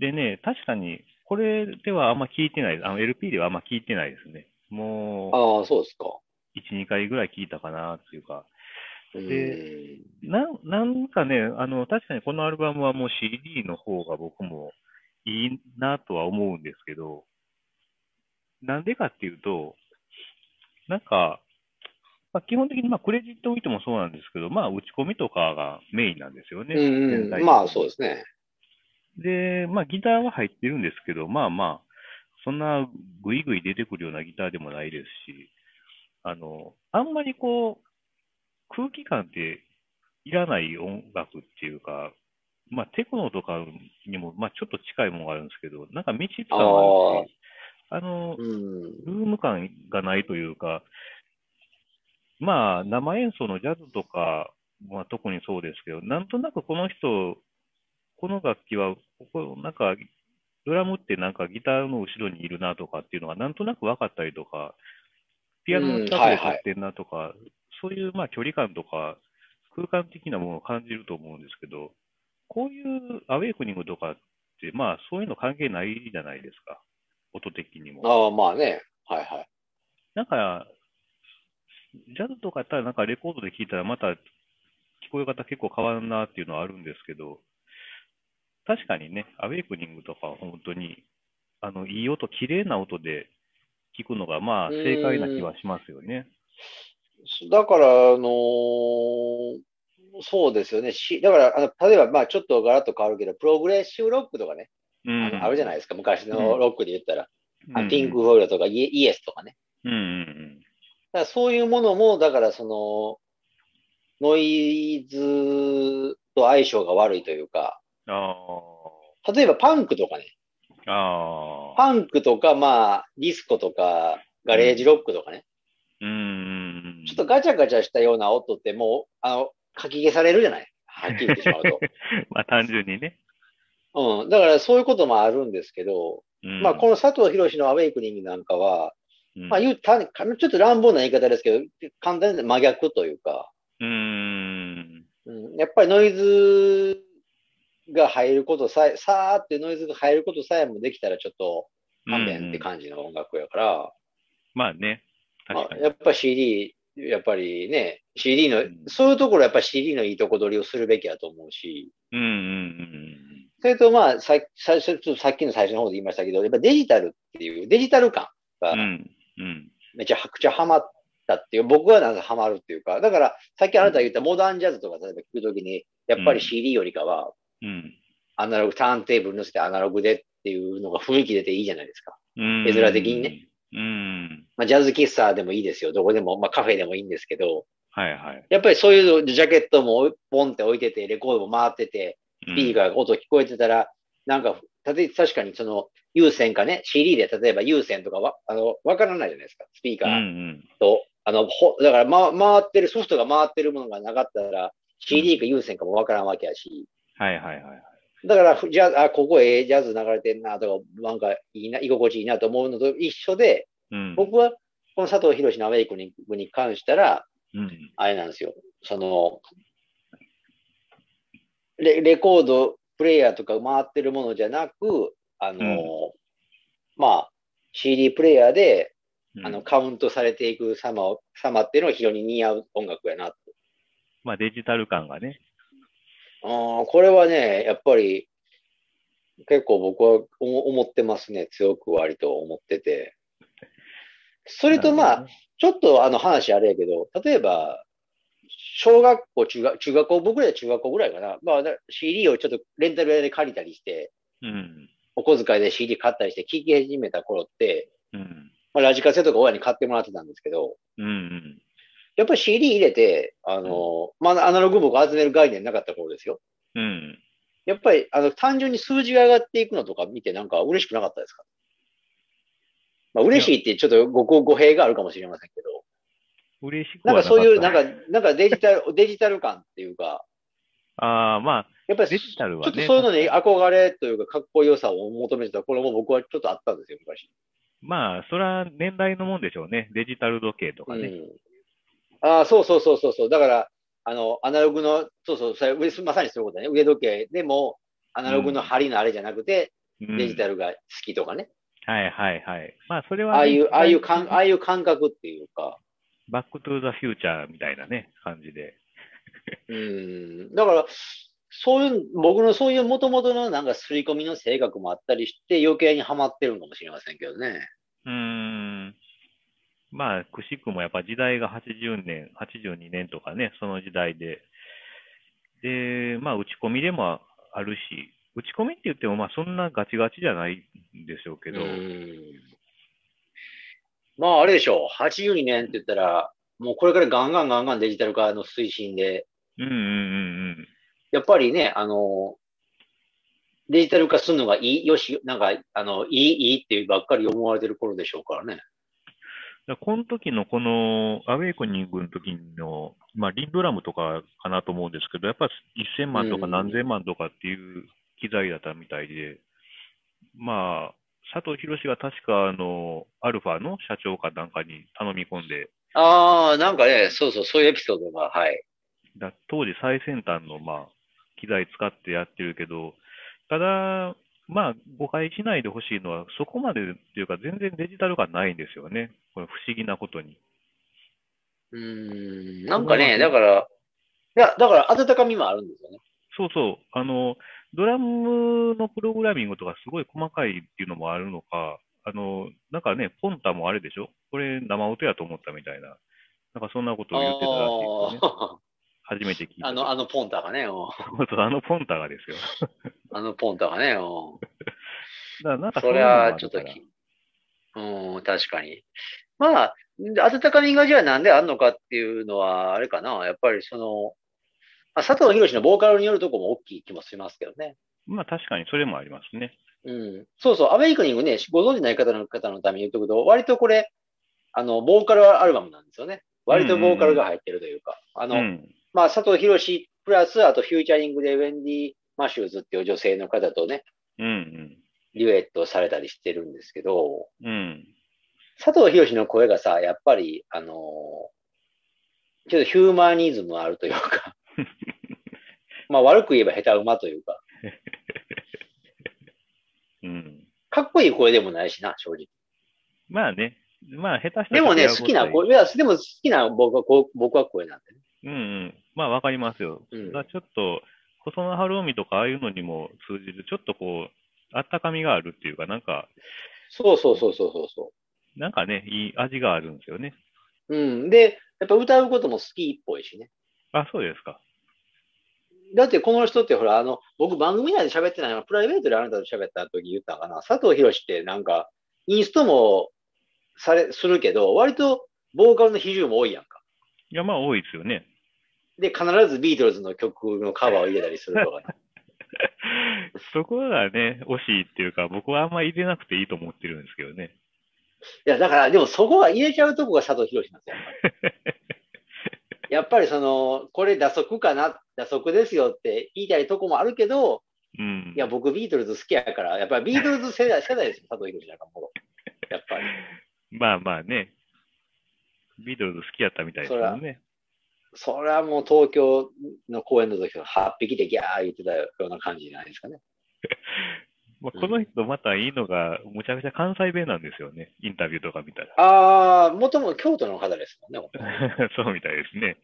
[SPEAKER 1] でね、確かに、これではあんま聞いてない、あの LP ではあんま聞いてないですね。も
[SPEAKER 2] ああ、そうですか。
[SPEAKER 1] う、1、2回ぐらい聞いたかなっていうか。
[SPEAKER 2] うん
[SPEAKER 1] でなんなんかね、あの、確かにこのアルバムはもう CD の方が僕もいいなとは思うんですけど、なんでかっていうと、なんか、まあ、基本的にまあクレジットを見てもそうなんですけど、まあ打ち込みとかがメインなんですよね。全
[SPEAKER 2] う
[SPEAKER 1] 体
[SPEAKER 2] んう
[SPEAKER 1] 的
[SPEAKER 2] ん、
[SPEAKER 1] に
[SPEAKER 2] まあそうですね。
[SPEAKER 1] で、まあギターは入ってるんですけど、まあまあ、そんなグイグイ出てくるようなギターでもないですし、あの、あんまりこう、空気感っていらない音楽っていうか、まあ、テクノとかにも、まあ、ちょっと近いものがあるんですけど、なんか密室感があるし、あの、
[SPEAKER 2] うん。
[SPEAKER 1] ルーム感がないというか、まあ、生演奏のジャズとかは特にそうですけど、なんとなくこの人、この楽器は、ここなんか、ドラムってなんかギターの後ろにいるなとかっていうのがなんとなく分かったりとか、ピアノの近くで撮ってんなとか、そういうまあ距離感とか、空間的なものを感じると思うんですけど、こういうアウェイクニングとかって、まあそういうの関係ないじゃないですか、音的にも。
[SPEAKER 2] ああ、まあね。はいはい。
[SPEAKER 1] なんか、ジャズとかやったら、なんかレコードで聴いたら、また聞こえ方結構変わるなっていうのはあるんですけど、確かにね、アウェイクニングとかは本当に、あの、いい音、綺麗な音で聞くのが、まあ、
[SPEAKER 2] うーん
[SPEAKER 1] 正解な気はしますよね。
[SPEAKER 2] だから、あのーそうですよね。し、だから、あの、例えば、まあ、ちょっとガラッと変わるけど、プログレッシブロックとかね、
[SPEAKER 1] う
[SPEAKER 2] あ
[SPEAKER 1] ん。
[SPEAKER 2] のあるじゃな
[SPEAKER 1] い
[SPEAKER 2] いですか。昔のロックで言ったら、あのピンク・
[SPEAKER 1] うん
[SPEAKER 2] フォイルとかイエイエスとかね。
[SPEAKER 1] うんうん。
[SPEAKER 2] だからそういうものも、だから、その、ノイズと相性が悪いというか、
[SPEAKER 1] あ
[SPEAKER 2] 例えばパンクとかね、
[SPEAKER 1] あ。ああ。
[SPEAKER 2] パンクとか、まあ、ディスコとか、ガレージロックとかね、
[SPEAKER 1] うんうんうん。
[SPEAKER 2] ちょっとガチャガチャしたような音って、もう、あの、かき消されるじゃないはっきり言ってしまう と。
[SPEAKER 1] まあ、単純にね。
[SPEAKER 2] うん、だからそういうこともあるんですけど、
[SPEAKER 1] うん
[SPEAKER 2] まあこの佐藤博のアウェイクニングなんかは、
[SPEAKER 1] うん
[SPEAKER 2] まあ言うた、ちょっと乱暴な言い方ですけど、簡単に真逆というか、
[SPEAKER 1] うん。
[SPEAKER 2] うん、やっぱりノイズが入ることさえ、さーってノイズが入ることさえもできたらちょっと勘弁って
[SPEAKER 1] うんうん
[SPEAKER 2] 感じの音楽やから、
[SPEAKER 1] まあね。確か
[SPEAKER 2] まあ
[SPEAKER 1] に。
[SPEAKER 2] やっぱ CD、やっぱりね、CD の、
[SPEAKER 1] うん
[SPEAKER 2] そういうところやっぱ CD のいいとこ取りをするべきだと思うし、
[SPEAKER 1] うんうんうん
[SPEAKER 2] それとまあ、さ最初ちょっとさっきの最初の方で言いましたけど、やっぱデジタルっていう、デジタル感が
[SPEAKER 1] うん。うん。うん。
[SPEAKER 2] めちゃくちゃハマったっていう、僕はなんかハマるっていうか、だからさっきあなたが言ったモダンジャズとか例えば聞くときに、やっぱり CD よりかは
[SPEAKER 1] うん。
[SPEAKER 2] アナログ、ターンテーブルに乗せてアナログでっていうのが雰囲気出ていいじゃないですか。
[SPEAKER 1] うん
[SPEAKER 2] 絵面的にね。
[SPEAKER 1] うん。
[SPEAKER 2] まあ、ジャズ喫茶でもいいですよ。どこでも、まあカフェでもいいんですけど、
[SPEAKER 1] はいはい。
[SPEAKER 2] やっぱりそういうのジャケットもポンって置いてて、レコードも回ってて、
[SPEAKER 1] うん
[SPEAKER 2] スピーカーが音聞こえてたら、なんか、たて確かにその、有線かね、CD で例えば有線とかわ、あの、わからないじゃないですか。スピーカ
[SPEAKER 1] う
[SPEAKER 2] ー
[SPEAKER 1] ん
[SPEAKER 2] と、あの、ほ、だから、ま、回ってる、ソフトが回ってるものがなかったら、CD か有線かもわからんわけやし、
[SPEAKER 1] うん。はいはいはい。
[SPEAKER 2] だから、ふジャズ、あ、ここええジャズ流れてんなとか、なんかいいな、居心地いいなと思うのと一緒で、
[SPEAKER 1] うん。
[SPEAKER 2] 僕は、この佐藤博のアウェイクにに関したら、
[SPEAKER 1] うん。
[SPEAKER 2] あれなんですよ。その、レレコードプレイヤーとか回ってるものじゃなく、あの、
[SPEAKER 1] う
[SPEAKER 2] まあ、CD プレイヤーで
[SPEAKER 1] うん
[SPEAKER 2] あの、カウントされていく様を、様っていうのが非常に似合う音楽やなと。
[SPEAKER 1] まあデジタル感がね。
[SPEAKER 2] あーこれはね、やっぱり、結構僕は思思ってますね。強く割と思ってて。それとまあ、ちょっとあの話あれやけど、例えば、小学校、中学、中学校、僕らは中学校ぐらいかな。まあ、だ CD をちょっとレンタル屋で借りたりして、
[SPEAKER 1] うん。
[SPEAKER 2] お小遣いで CD 買ったりして聴き始めた頃って、
[SPEAKER 1] うん。
[SPEAKER 2] まあ、ラジカセとか親に買ってもらってたんですけど、
[SPEAKER 1] うん。うん。
[SPEAKER 2] やっぱり CD 入れて、あの、まあ、アナログ僕集める概念なかった頃ですよ。
[SPEAKER 1] うん。
[SPEAKER 2] やっぱり、あの、単純に数字が上がっていくのとか見てなんか嬉しくなかったですかまあ、嬉しいってちょっとご、ご、語弊があるかもしれませんけど、
[SPEAKER 1] 嬉しく
[SPEAKER 2] な
[SPEAKER 1] はな
[SPEAKER 2] んか
[SPEAKER 1] か
[SPEAKER 2] そういう、なん
[SPEAKER 1] かっ
[SPEAKER 2] か、なんかデジタル、 デジタル感っていうか、
[SPEAKER 1] た。ああ、ま
[SPEAKER 2] やっ
[SPEAKER 1] あ、
[SPEAKER 2] ぱり、
[SPEAKER 1] デ
[SPEAKER 2] ち
[SPEAKER 1] ジタル
[SPEAKER 2] ょ
[SPEAKER 1] は
[SPEAKER 2] っと
[SPEAKER 1] ね。
[SPEAKER 2] そういうのに
[SPEAKER 1] 確か
[SPEAKER 2] 憧れというか、かっこよさを求めてた、これも僕はちょっとあったんですよ、昔。
[SPEAKER 1] まあ、それは年代のもんでしょうね。デジタル時計とかね。
[SPEAKER 2] うん。ああ、そうそうそうそうそう。だから、あの、アナログの、そうそう、それ上まさにそういうことだね。腕時計でも、アナログの針のあれじゃなくて、
[SPEAKER 1] うん
[SPEAKER 2] デジタルが好きとかね。
[SPEAKER 1] はいはいはい。まあ、それはね、
[SPEAKER 2] ああいう、ああいう感、ああいう感覚っていうか。
[SPEAKER 1] バックトゥーザフューチャーみたいなね、感じで。
[SPEAKER 2] うん。だから、そういう、僕のそういう元々のなんか刷り込みの性格もあったりして、余計にはまってるのかもしれませんけどね。
[SPEAKER 1] うーん。まあ、くしくもやっぱ時代が80年、82年とかね、その時代で。で、まあ、打ち込みでもあるし、打ち込みって言っても、まあ、そんなガチガチじゃないんでしょうけど、
[SPEAKER 2] うんまあ、あれでしょう。82年って言ったら、もうこれからガンガンガンガンデジタル化の推進で、
[SPEAKER 1] うんうんうん
[SPEAKER 2] やっぱりね、あの、デジタル化するのがいい、よし、なんか、あの、いい、いいっていうばっかり思われてる頃でしょうからね。
[SPEAKER 1] だからこの時のこのアウェイクニングの時の、まあ、リンドラムとかかなと思うんですけど、やっぱ1000万とか何千万とかっていう機材だったみたいで、まあ、佐藤博が確かあの、アルファの社長かなんかに頼み込んで、
[SPEAKER 2] ああ、なんかね、そうそう、そういうエピソードが、はい。
[SPEAKER 1] だ当時最先端の、まあ、機材使ってやってるけど、ただ、まあ、誤解しないでほしいのは、そこまでっていうか、全然デジタルがないんですよね。これ不思議なことに。
[SPEAKER 2] うーん、なんかね、だから、いや、だから温かみもあるんですよね。
[SPEAKER 1] そうそう。あの、ドラムのプログラミングとかすごい細かいっていうのもあるのか、あの、なんかね、ポンタもあれでしょこれ生音やと思ったみたいな。なんかそんなことを言ってたらしいですよね。
[SPEAKER 2] あ
[SPEAKER 1] 初めて聞い
[SPEAKER 2] ー
[SPEAKER 1] た。
[SPEAKER 2] あの、あのポンタがね、うん
[SPEAKER 1] そうそうあのポンタがですよ。
[SPEAKER 2] あのポンタがね、うん
[SPEAKER 1] だからなんか
[SPEAKER 2] そ
[SPEAKER 1] ん
[SPEAKER 2] れ
[SPEAKER 1] なのもあ
[SPEAKER 2] は
[SPEAKER 1] る
[SPEAKER 2] ちょっと
[SPEAKER 1] から
[SPEAKER 2] き、うん、確かに。まあ、温かみがじゃあなんであんのかっていうのは、あれかな、やっぱりその、まあ、佐藤博のボーカルによるとこも大きい気もしますけどね。
[SPEAKER 1] まあ確かにそれもありますね。
[SPEAKER 2] うん。そうそう、アメイクニングね、ご存知ない方の方のために言っとくと、割とこれ、あの、ボーカルアルバムなんですよね。割とボーカルが入ってるというか、あ
[SPEAKER 1] う
[SPEAKER 2] の、
[SPEAKER 1] ん。
[SPEAKER 2] まあ、佐藤博プラス、あとフューチャリングでウェンディ・マシューズっていう女性の方とね、
[SPEAKER 1] うんうん。
[SPEAKER 2] デュエットされたりしてるんですけど、
[SPEAKER 1] うん。
[SPEAKER 2] 佐藤博の声がさ、やっぱり、あのーちょっとヒューマニズムあるという か、まあ悪く言えば下手馬というか、
[SPEAKER 1] うん。
[SPEAKER 2] かっこいい声でもないしな、正直。
[SPEAKER 1] まあね。まあ下手したら
[SPEAKER 2] でもね、
[SPEAKER 1] 違う
[SPEAKER 2] 好きな
[SPEAKER 1] ことは
[SPEAKER 2] 声、いや、でも好きな僕はこう僕は声なんでね。
[SPEAKER 1] うんうん。まあわかりますよ。
[SPEAKER 2] うん
[SPEAKER 1] だからちょっと、細野晴臣とかああいうのにも通じる、ちょっとこう、あったかみがあるっていうか、なんか、
[SPEAKER 2] そうそうそうそうそうそ
[SPEAKER 1] なんかね、いい味があるんですよね。
[SPEAKER 2] う。うん。で、やっぱ歌うことも好きっぽいしね。
[SPEAKER 1] あ、そうですか。
[SPEAKER 2] だってこの人ってほら、あの、僕番組内で喋ってないの、プライベートであなたと喋った時言ったかな、佐藤博ってなんか、インストもされ、するけど、割とボーカルの比重も多いやんか。
[SPEAKER 1] いや、まあ多いですよ ね。
[SPEAKER 2] で、必ずビートルズの曲のカバーを入れたりすると かね、
[SPEAKER 1] そこがね、惜しいっていうか、僕はあんま入れなくていいと思ってるんですけどね。
[SPEAKER 2] いや、だから、でもそこは入れちゃうとこが佐藤博なんですよ。 やっぱりその、これ打足かな、打足ですよって言いたいとこもあるけど、
[SPEAKER 1] うん。
[SPEAKER 2] いや、僕ビートルズ好きやから、やっぱりビートルズ世代世代ですよ、佐藤博なんかもう。やっぱり。
[SPEAKER 1] まあまあね。ビートルズ好きやったみたいですもんね。
[SPEAKER 2] それはもう東京の公演の時は8匹でギャー言ってたような感じじゃないですかね。
[SPEAKER 1] まあ、この人またいいのが、むちゃくちゃ関西弁なんですよね。インタビューとか見 たら。
[SPEAKER 2] ああ、もともと京都の方ですもんね。
[SPEAKER 1] そうみたいですね。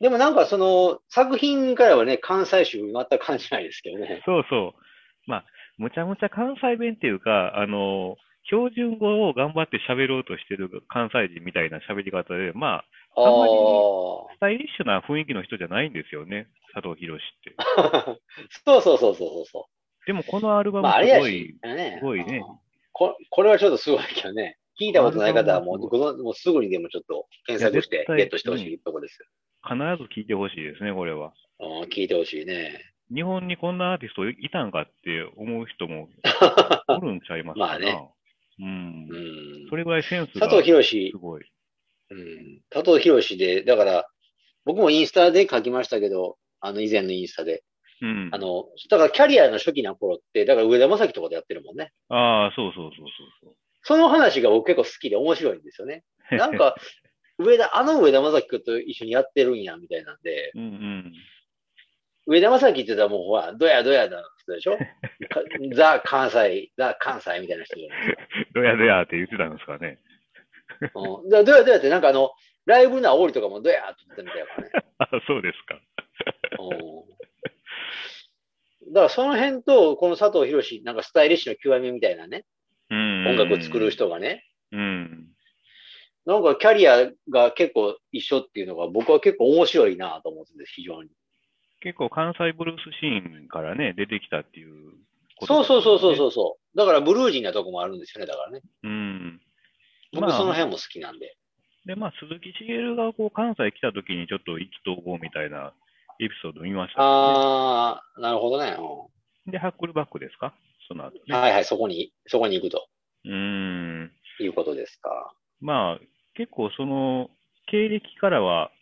[SPEAKER 2] でもなんかその作品からはね、関西州全く感じないですけどね。
[SPEAKER 1] そうそう。まあ、むちゃむちゃ関西弁っていうか、あの、標準語を頑張って喋ろうとしてる関西人みたいな喋り方で、まあ、
[SPEAKER 2] あ
[SPEAKER 1] まり
[SPEAKER 2] あ。
[SPEAKER 1] スタイリッシュな雰囲気の人じゃないんですよね、佐藤博って。
[SPEAKER 2] そうそうそうそうそうそ
[SPEAKER 1] でもこのアル
[SPEAKER 2] う。
[SPEAKER 1] バム
[SPEAKER 2] まああれ
[SPEAKER 1] す
[SPEAKER 2] や
[SPEAKER 1] ご
[SPEAKER 2] し
[SPEAKER 1] い、、
[SPEAKER 2] ね
[SPEAKER 1] すごいね
[SPEAKER 2] こ。これはちょっとすごいけどね。聞いたことない方はもう
[SPEAKER 1] あれは
[SPEAKER 2] ご存もうすぐにでもちょっと検索して
[SPEAKER 1] いや絶対
[SPEAKER 2] ゲットしてほしいとこです
[SPEAKER 1] 必ず聴いてほしいですね、これは。
[SPEAKER 2] よ。うん、聞いてほしいね。
[SPEAKER 1] 日本にこんなアーティストいたんかって思う人 もおるんちゃいますかな。
[SPEAKER 2] まあね
[SPEAKER 1] うん
[SPEAKER 2] う。ん
[SPEAKER 1] そ。れぐらいセンスが
[SPEAKER 2] 佐藤博士
[SPEAKER 1] す、ごい。
[SPEAKER 2] うん佐藤博士で、だから、僕もインスタで書きましたけど、あの、以前のインスタで。
[SPEAKER 1] うん。
[SPEAKER 2] あの、だからキャリアの初期の頃って、だから上田正樹とかでやってるもんね。
[SPEAKER 1] ああ、そうそうそうそう
[SPEAKER 2] その話が僕結構好きで面白いんです よね。
[SPEAKER 1] そう。
[SPEAKER 2] なんか、上田、あの上田正樹君と一緒にやってるんや、みたいなんで、
[SPEAKER 1] うんうん。
[SPEAKER 2] 上田正樹って言ったらもうほら、ドヤドヤな人 でしょかザ・関西、ザ・関西みたいな人じゃないですか。
[SPEAKER 1] どやどやって言ってたんですかね。
[SPEAKER 2] うん、だからドヤドヤってなんかあの、ライブの煽りとかもドヤーって言ってたみたいなね。
[SPEAKER 1] あそうですか。
[SPEAKER 2] うんだからその辺と、この佐藤博士、なんかスタイリッシュの極みみたいなね、
[SPEAKER 1] うん。
[SPEAKER 2] 音楽を作る。人がね、
[SPEAKER 1] うん。
[SPEAKER 2] なんかキャリアが結構一緒っていうのが僕は結構面白いなと思ってて、非常に。
[SPEAKER 1] 結構関西ブルースシーンからね、出てきたっていうこと
[SPEAKER 2] そう
[SPEAKER 1] ですよ
[SPEAKER 2] そう
[SPEAKER 1] ね
[SPEAKER 2] そうそうそうそう。だからブルージーなとこもあるんですよね、だからね。
[SPEAKER 1] うん。
[SPEAKER 2] 僕
[SPEAKER 1] まあ
[SPEAKER 2] その辺も好きなんで。
[SPEAKER 1] で、まあ、鈴木茂がこう関西来た時にちょっと意気投合みたいなエピソード見ました、
[SPEAKER 2] ああ、なるほどね。う
[SPEAKER 1] で、ハックルバックですかその後
[SPEAKER 2] ん
[SPEAKER 1] ね。
[SPEAKER 2] はいはい、そこに、そこに行くと
[SPEAKER 1] うーん。
[SPEAKER 2] いうことですか。
[SPEAKER 1] まあ、結構その、経歴からは、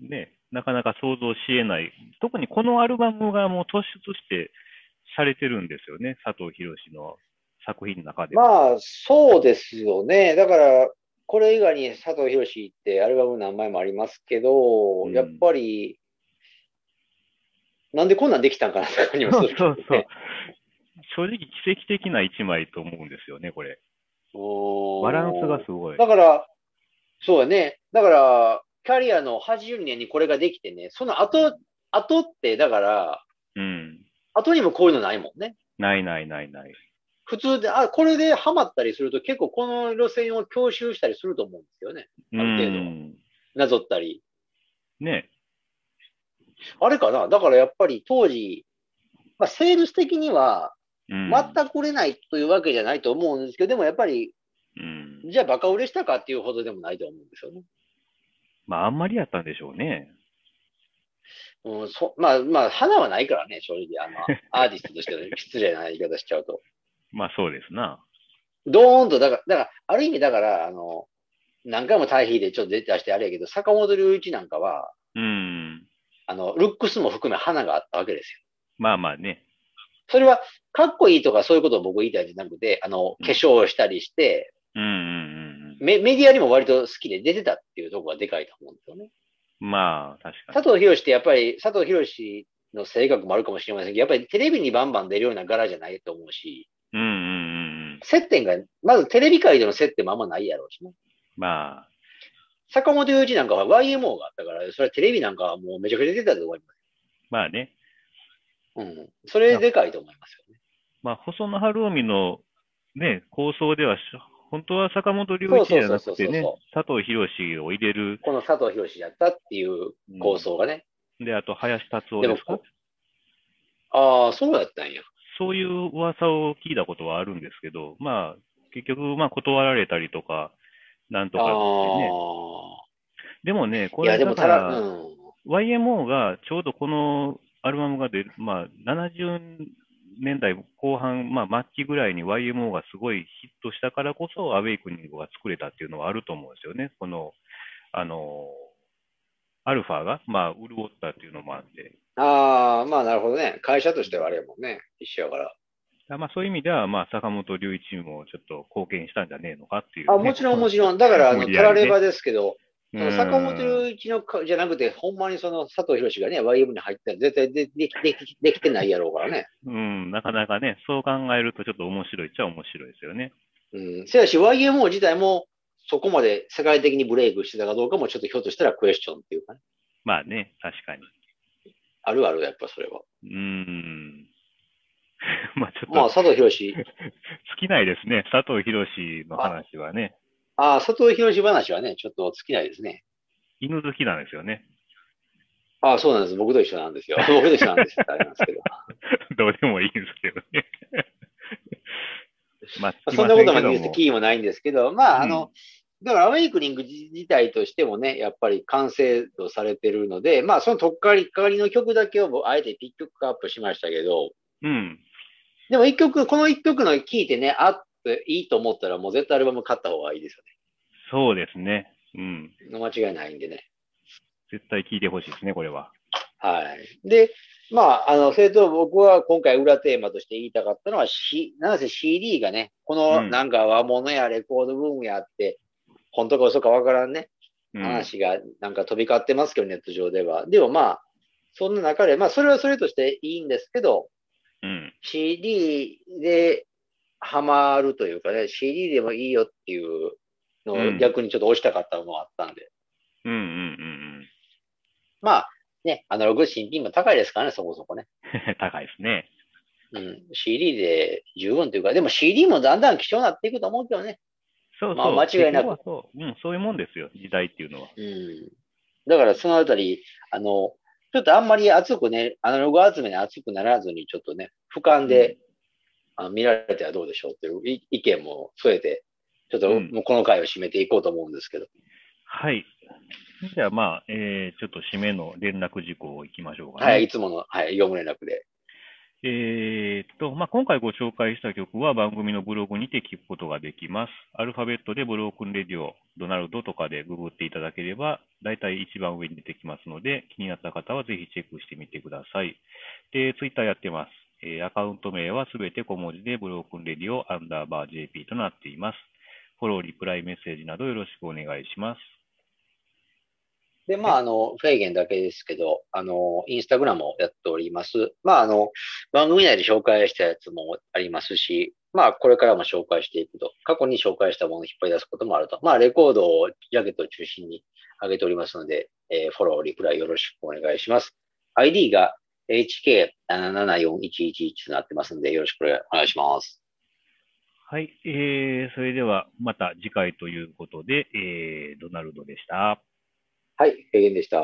[SPEAKER 1] ね、なかなか想像し得ない。特にこのアルバムがもう突出してされてるんですよね。佐藤博の作品の中で。
[SPEAKER 2] まあ、そうですよね。だから、これ以外に佐藤博士ってアルバム何枚もありますけど、
[SPEAKER 1] うん
[SPEAKER 2] やっぱり、なんでこんなんできたんかなって感じも
[SPEAKER 1] そ
[SPEAKER 2] す
[SPEAKER 1] う
[SPEAKER 2] る、
[SPEAKER 1] そうそう。正直奇跡的な一枚と思うんですよね、これ。
[SPEAKER 2] そう
[SPEAKER 1] バランスがすごい。
[SPEAKER 2] だから、そうやね。だから、キャリアの82年にこれができてね、その後、後って、だから、
[SPEAKER 1] うん。
[SPEAKER 2] 後にもこういうのないもんね。
[SPEAKER 1] ないないないない。
[SPEAKER 2] 普通で、あ、これでハマったりすると結構この路線を強襲したりすると思うんですよね。
[SPEAKER 1] う
[SPEAKER 2] ある程度
[SPEAKER 1] ん。
[SPEAKER 2] なぞったり。
[SPEAKER 1] ね。
[SPEAKER 2] あれかなだからやっぱり当時、まあ、セールス的には
[SPEAKER 1] うん。
[SPEAKER 2] 全く売れないというわけじゃないと思うんですけど、でもやっぱり、
[SPEAKER 1] うん。
[SPEAKER 2] じゃあバカ売れしたかっていうほどでもないと思うんですよね。
[SPEAKER 1] まあ、あんまりやったんでしょうね。
[SPEAKER 2] うん、そまあまあ、花はないからね、正直。 あの、アーティストとしての失礼な言い方しちゃうと。
[SPEAKER 1] まあ、そうですな。
[SPEAKER 2] ドーンと、だから、だから、ある意味だから、あの、何回も対比でちょっと出て出してあれやけど、坂本龍一なんかは、
[SPEAKER 1] うん。
[SPEAKER 2] あの、ルックスも含め花があったわけですよ。
[SPEAKER 1] まあまあね。
[SPEAKER 2] それは、かっこいいとかそういうことを僕言いたいんじゃなくて、あの、化粧をしたりして、
[SPEAKER 1] うんうんうん
[SPEAKER 2] メメディアにも割と好きで出てたっていうところがでかいと思うんですよね。
[SPEAKER 1] うん。まあ、確かに。
[SPEAKER 2] 佐藤博士ってやっぱり、佐藤博士の性格もあるかもしれませんけど、やっぱりテレビにバンバン出るような柄じゃないと思うし、
[SPEAKER 1] うんうんうんうん。
[SPEAKER 2] 接点が、まずテレビ界での接点もあんまないやろうしね。
[SPEAKER 1] まあ、
[SPEAKER 2] 坂本龍一なんかは YMO があったから、それはテレビなんかはもうめちゃくちゃ出てたと思い
[SPEAKER 1] まあね。
[SPEAKER 2] ます。うん。それでかいと思いますよね。
[SPEAKER 1] まあ、細野晴臣のね、構想ではし、本当は坂本龍
[SPEAKER 2] そう
[SPEAKER 1] 一じ
[SPEAKER 2] そ
[SPEAKER 1] ゃ
[SPEAKER 2] うそう
[SPEAKER 1] な
[SPEAKER 2] そう
[SPEAKER 1] く
[SPEAKER 2] そう
[SPEAKER 1] てね、佐藤博を入れる、
[SPEAKER 2] この佐藤博士だったっていう
[SPEAKER 1] うん
[SPEAKER 2] 構想がね。
[SPEAKER 1] で、あと林達夫
[SPEAKER 2] で
[SPEAKER 1] で
[SPEAKER 2] も
[SPEAKER 1] すか
[SPEAKER 2] こああ、そうだったんや。
[SPEAKER 1] そういう噂を聞いたことはあるんですけど、まあ、結局、まあ、断られたりとか、なんと
[SPEAKER 2] あ
[SPEAKER 1] かっ
[SPEAKER 2] あ
[SPEAKER 1] てね。でもね、
[SPEAKER 2] ー。
[SPEAKER 1] こ
[SPEAKER 2] い
[SPEAKER 1] れ
[SPEAKER 2] や、でも
[SPEAKER 1] だか
[SPEAKER 2] ただ、
[SPEAKER 1] ら、
[SPEAKER 2] うん
[SPEAKER 1] YMO がちょうどこのアルバムが出る、まあ、70年代後半、まあ、末期ぐらいに YMO がすごいヒットしたからこそ、アウェイクニングが作れたっていうのはあると思うんですよね。この、あの、アルファが、まあ、潤ったっていうのもあって。
[SPEAKER 2] ああ、まあなるほどね。会社としてはあれやもんね。一緒やから。
[SPEAKER 1] まあ、そういう意味では、まあ、坂本龍一もちょっと貢献したんじゃねえのかっていう、ね。
[SPEAKER 2] あ、もちろんもちろん。だから、あの、
[SPEAKER 1] 無理
[SPEAKER 2] タ
[SPEAKER 1] やりね
[SPEAKER 2] ラレバですけど、その
[SPEAKER 1] うん
[SPEAKER 2] 坂本龍一のかじゃなくて、ほんまにその佐藤博士がね、YM に入ったら絶対ででできできてないやろうからね。
[SPEAKER 1] うん、なかなかね、そう考えるとちょっと面白いっちゃ面白いですよね。
[SPEAKER 2] うん。せやし、YMO 自体も、そこまで世界的にブレイクしてたかどうかも、ちょっとひょっとしたらクエスチョンっていうかね。
[SPEAKER 1] まあね、確かに。
[SPEAKER 2] あるある、やっぱそれは。
[SPEAKER 1] うーん。 まあちょっ
[SPEAKER 2] まあ、
[SPEAKER 1] と
[SPEAKER 2] 佐藤博士、
[SPEAKER 1] 尽きないですね。佐藤博の話はね、
[SPEAKER 2] ああ、佐藤博士話はね、ちょっと尽きないですね。
[SPEAKER 1] 犬好きなんですよね。
[SPEAKER 2] ああ、そうなんです。僕と一緒なんですよ。僕と一緒なんですよ。あれなんですけど。
[SPEAKER 1] どうでもいいんですけどね。 まあ、
[SPEAKER 2] まあそんなこと
[SPEAKER 1] ま
[SPEAKER 2] まで言うキーもないんですけど、まあ、あの、だから、アウェイクニング自体としてもね、やっぱり完成度されてるので、まあ、そのとっかかりかかりの曲だけを僕あえてピックアップしましたけど、
[SPEAKER 1] うん。
[SPEAKER 2] でも一曲、この一曲の聴いてね、あっていいと思ったら、もう絶対アルバム買った方がいいです
[SPEAKER 1] そうですね。うん。
[SPEAKER 2] よね。間違いないんでね。
[SPEAKER 1] 絶対聞いてほしいですね、これは。
[SPEAKER 2] はい。で、まあ、あの、それと僕は今回裏テーマとして言いたかったのは、C、なんせ CD がね、こ
[SPEAKER 1] う
[SPEAKER 2] の
[SPEAKER 1] ん
[SPEAKER 2] なんか和物やレコードブームやあって、本当か嘘かわからんね、
[SPEAKER 1] うん、
[SPEAKER 2] 話がなんか飛び交ってますけど、ネット上では。でもまあ、そんな中で、まあ、それはそれとしていいんですけど、
[SPEAKER 1] うん。
[SPEAKER 2] CD でハマるというかね、CD でもいいよっていうの
[SPEAKER 1] う
[SPEAKER 2] を
[SPEAKER 1] ん
[SPEAKER 2] 逆にちょっと押したかったのもあったんで、
[SPEAKER 1] うんうんうん
[SPEAKER 2] まあ、ね、アナログ新品も高いですからね、そこそこね。
[SPEAKER 1] うん。高いですね。
[SPEAKER 2] うん、CD で十分というか、でも CD もだんだん貴重になっていくと思うけどね。
[SPEAKER 1] そうそう。
[SPEAKER 2] まあ間違いなく
[SPEAKER 1] 結局はそう。うん、そういうもんですよ、時代っていうのは。
[SPEAKER 2] うん、だからそのあたり、あの、ちょっとあんまり熱くね、アナログ集めに熱くならずに、ちょっとね、俯瞰で、あ見られてはどうでしょうというい意見も添えて、ちょっと
[SPEAKER 1] うん
[SPEAKER 2] もうこの回を締めていこうと思うんですけど。
[SPEAKER 1] はい。じゃあまあ、えーちょっと締めの連絡事項いきましょうかね。
[SPEAKER 2] はい、いつもの、はい、業務連絡で。
[SPEAKER 1] えーっと、まあ、今回ご紹介した曲は番組のブログにて聞くことができます。アルファベットでブロークンレディオ、ドナルドとかでググっていただければ、だいたい一番上に出てきますので、気になった方はぜひチェックしてみてください。で、ツイッターやってます。えーアカウント名はすべて小文字でブロークンレディオアンダーバー JP となっています。フォロー、リプライ、メッセージなどよろしくお願いします。
[SPEAKER 2] で、まあ、あの、フェイゲンだけですけど、あの、インスタグラムをやっております。まあ、あの、番組内で紹介したやつもありますし、まあ、これからも紹介していくと、過去に紹介したものを引っ張り出すこともあると。まあ、レコードをジャケットを中心に上げておりますので、えーフォロー、リプライよろしくお願いします。ID が HK774111 となってますので、よろしくお願いします。
[SPEAKER 1] はい、えー、それではまた次回ということで、えー、ドナルドでした。
[SPEAKER 2] はい、フェイゲンでした。